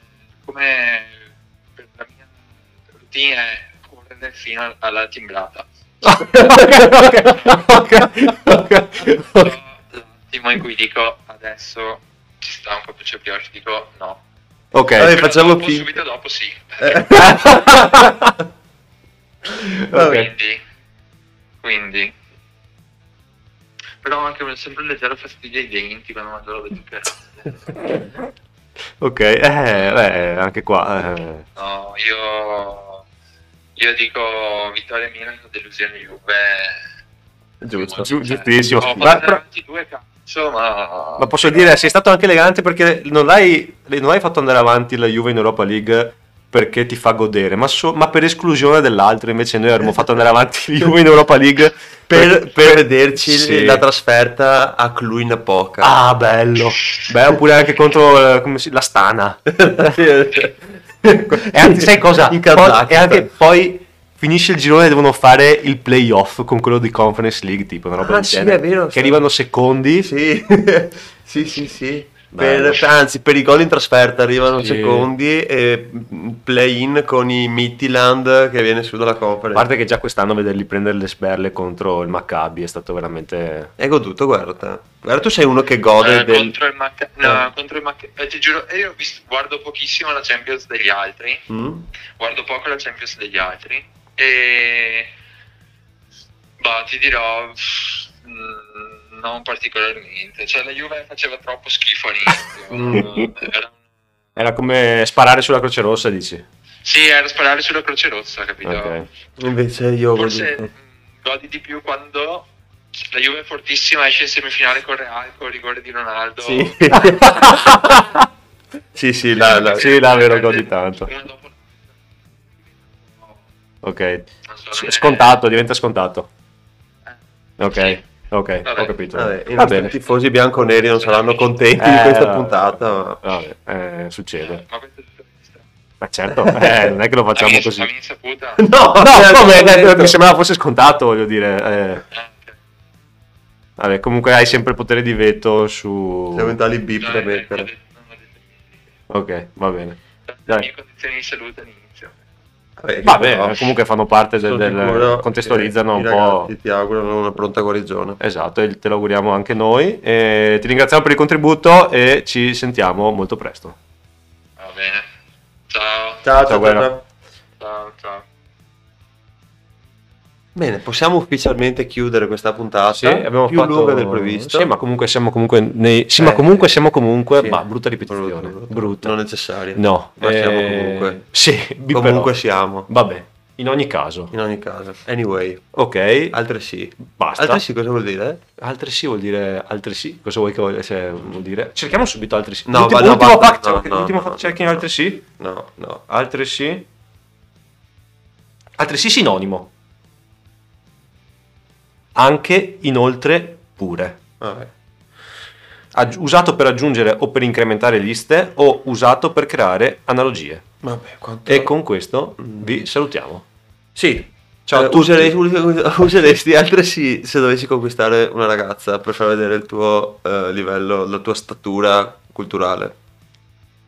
Speaker 4: come per la mia routine è correre fino alla
Speaker 2: *laughs*
Speaker 4: timbrata. L'attimo in cui dico adesso ci sta un Cappuccio e Brioche, dico no.
Speaker 1: Ok.
Speaker 2: Vabbè,
Speaker 4: Però
Speaker 2: facciamo
Speaker 4: dopo,
Speaker 2: finta.
Speaker 4: subito dopo sì.
Speaker 2: Eh.
Speaker 1: Ok.
Speaker 4: Quindi, quindi. Però ho anche sempre un leggero fastidio ai denti quando mangio roba zuccherata.
Speaker 1: Ok, eh, beh, anche qua. eh.
Speaker 4: No, io, io dico vittoria Milan con delusione Juve. cioè,
Speaker 2: Giusto.
Speaker 1: Giu- giustissimo.
Speaker 4: Ho
Speaker 1: Ma-
Speaker 4: fatto
Speaker 1: però-
Speaker 4: avanti due calcio, ma...
Speaker 1: Ma posso dire, sei stato anche elegante perché non hai, non hai fatto andare avanti la Juve in Europa League perché ti fa godere, ma, so- ma per esclusione dell'altro invece noi avremmo fatto andare avanti la Juve in Europa League
Speaker 2: eh. Per, per vederci
Speaker 1: Sì.
Speaker 2: la trasferta a Cluj-Napoca.
Speaker 1: Ah, bello. Beh, oppure anche contro eh, come si- la Stana. e anzi, sai cosa?
Speaker 2: *laughs*
Speaker 1: Poi-
Speaker 2: In Kazakistan.
Speaker 1: e anche poi finisce il girone e devono fare il playoff con quello di Conference League, tipo una roba
Speaker 2: Ah,
Speaker 1: del
Speaker 2: sì,
Speaker 1: genere,
Speaker 2: è vero,
Speaker 1: che
Speaker 2: sì.
Speaker 1: arrivano secondi.
Speaker 2: Sì, *laughs* sì, sì, sì.
Speaker 1: Bello.
Speaker 2: Per- anzi, per i gol in trasferta arrivano
Speaker 1: Sì.
Speaker 2: secondi e play-in con i Midtjylland che viene su dalla
Speaker 1: A
Speaker 2: conference.
Speaker 1: parte che già quest'anno vederli prendere le sberle contro il Maccabi è stato veramente...
Speaker 2: Hai goduto, guarda te. Guarda, tu sei uno che
Speaker 4: Eh,
Speaker 2: gode del...
Speaker 4: contro il Macca... No,
Speaker 2: Eh.
Speaker 4: contro il Macca... eh, ti giuro, eh, io ho visto- guardo pochissimo la Champions degli altri.
Speaker 2: Mm?
Speaker 4: guardo poco la Champions degli altri e bah, ti dirò pff, mm, non particolarmente cioè la Juve faceva troppo schifo all'inizio
Speaker 2: Mm.
Speaker 4: Era-
Speaker 1: Era come sparare sulla Croce Rossa, dici.
Speaker 4: Sì, era sparare sulla Croce Rossa, capito? *laughs*
Speaker 1: Ok.
Speaker 2: Invece io
Speaker 4: Forse
Speaker 2: voglio-
Speaker 4: mh, godi di più quando la Juve è fortissima esce in semifinale con Real con il rigore di Ronaldo.
Speaker 2: Sì.
Speaker 1: Sì, sì, là, là, Ah, sì, là vero godi tanto.
Speaker 4: Uno dopo-
Speaker 1: Ok.
Speaker 4: non so,
Speaker 1: S-
Speaker 4: non è-
Speaker 1: Scontato, diventa scontato. Ok,
Speaker 4: Eh, Sì.
Speaker 1: ok,
Speaker 4: Vabbè.
Speaker 1: ho capito.
Speaker 2: Vabbè, i
Speaker 1: Va
Speaker 2: nostri
Speaker 1: bene.
Speaker 2: tifosi bianco-neri non saranno contenti di
Speaker 1: Eh,
Speaker 2: questa
Speaker 1: no.
Speaker 2: puntata, ma...
Speaker 1: Vabbè, eh, succede.
Speaker 4: Ma questo è tutto questo.
Speaker 1: Ma
Speaker 2: *laughs*
Speaker 1: certo, eh, non è che lo
Speaker 4: La
Speaker 1: facciamo
Speaker 4: mia,
Speaker 1: così.
Speaker 4: la mia
Speaker 1: *laughs*
Speaker 4: insaputa.
Speaker 2: No,
Speaker 1: No,
Speaker 2: eh,
Speaker 1: come?
Speaker 2: l'abbiamo
Speaker 1: Dai,
Speaker 2: detto.
Speaker 1: Mi sembrava fosse scontato, voglio dire. eh.
Speaker 4: Ah, ok.
Speaker 1: Vabbè, comunque hai sempre il potere di veto su...
Speaker 2: Siamo entrati bip
Speaker 4: No,
Speaker 2: da
Speaker 4: no,
Speaker 2: mettere.
Speaker 4: non ho detto- non ho detto
Speaker 1: Ok,
Speaker 4: niente.
Speaker 1: va bene.
Speaker 4: Le
Speaker 1: Dai.
Speaker 4: mie condizioni di salute all'inizio.
Speaker 2: Vabbè,
Speaker 1: Vabbè,
Speaker 2: però,
Speaker 1: comunque fanno parte del...
Speaker 2: sono
Speaker 1: del-
Speaker 2: sicuro
Speaker 1: contestualizzano
Speaker 2: che
Speaker 1: un
Speaker 2: i
Speaker 1: po'...
Speaker 2: ragazzi ti augurano una pronta guarigione.
Speaker 1: Esatto, e te lo auguriamo anche noi. E ti ringraziamo per il contributo e ci sentiamo molto presto.
Speaker 4: Va bene. Ciao.
Speaker 2: Ciao,
Speaker 1: ciao,
Speaker 2: ciao,
Speaker 1: guerra.
Speaker 2: ciao.
Speaker 4: Ciao, ciao.
Speaker 2: Bene, possiamo ufficialmente chiudere questa puntata.
Speaker 1: Sì, abbiamo
Speaker 2: più
Speaker 1: fatto-
Speaker 2: lunga del previsto.
Speaker 1: Sì, ma comunque siamo comunque nei... Sì,
Speaker 2: Eh,
Speaker 1: ma comunque
Speaker 2: sì.
Speaker 1: siamo comunque...
Speaker 2: Sì.
Speaker 1: Ma brutta ripetizione.
Speaker 2: Brutto, brutto.
Speaker 1: Brutta.
Speaker 2: Non necessaria.
Speaker 1: No.
Speaker 2: Ma siamo
Speaker 1: eh,
Speaker 2: comunque.
Speaker 1: Sì,
Speaker 2: *laughs*
Speaker 1: bipperò.
Speaker 2: Comunque siamo.
Speaker 1: Vabbè, in ogni caso.
Speaker 2: In ogni caso. Anyway,
Speaker 1: Ok,
Speaker 2: altresì.
Speaker 1: basta.
Speaker 2: Altresì cosa vuol dire?
Speaker 1: Altresì vuol dire altresì. Cosa vuoi che voglia? cioè, vuol dire? Cerchiamo subito altresì.
Speaker 2: No,
Speaker 1: l'ultimo,
Speaker 2: va- no,
Speaker 1: ultimo
Speaker 2: basta,
Speaker 1: fact,
Speaker 2: no,
Speaker 1: check-
Speaker 2: no,
Speaker 1: l'ultimo
Speaker 2: no,
Speaker 1: fact
Speaker 2: no,
Speaker 1: checking
Speaker 2: no.
Speaker 1: altresì.
Speaker 2: No, no.
Speaker 1: Altresì. Altresì sinonimo. Anche, inoltre, pure.
Speaker 2: Ah, Vabbè.
Speaker 1: Aggi- usato per aggiungere o per incrementare liste o usato per creare analogie.
Speaker 2: Vabbè, quanto...
Speaker 1: E con questo mm, vi salutiamo.
Speaker 2: Sì.
Speaker 1: Ciao a
Speaker 2: Eh,
Speaker 1: tutti.
Speaker 2: userei- us- useresti altresì se dovessi conquistare una ragazza per far vedere il tuo eh, livello, la tua statura culturale.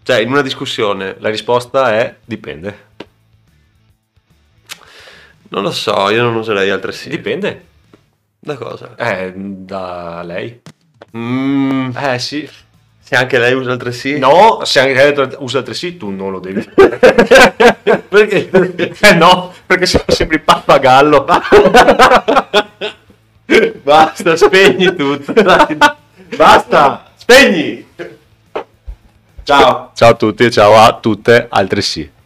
Speaker 2: Cioè, in una discussione,
Speaker 1: La risposta è dipende.
Speaker 2: non lo so, io non userei altresì.
Speaker 1: Dipende.
Speaker 2: Da cosa?
Speaker 1: Eh, da lei.
Speaker 2: Mm,
Speaker 1: Eh sì.
Speaker 2: se anche lei usa altresì?
Speaker 1: No, se anche lei usa altresì, tu non lo *laughs* devi fare.
Speaker 2: *laughs* Perché?
Speaker 1: *laughs* Eh no, perché sembra sempre il pappagallo.
Speaker 2: *laughs* Basta, spegni tutto. dai.
Speaker 1: Basta.
Speaker 2: Spegni! Ciao!
Speaker 1: Ciao a tutti e ciao a tutte altresì.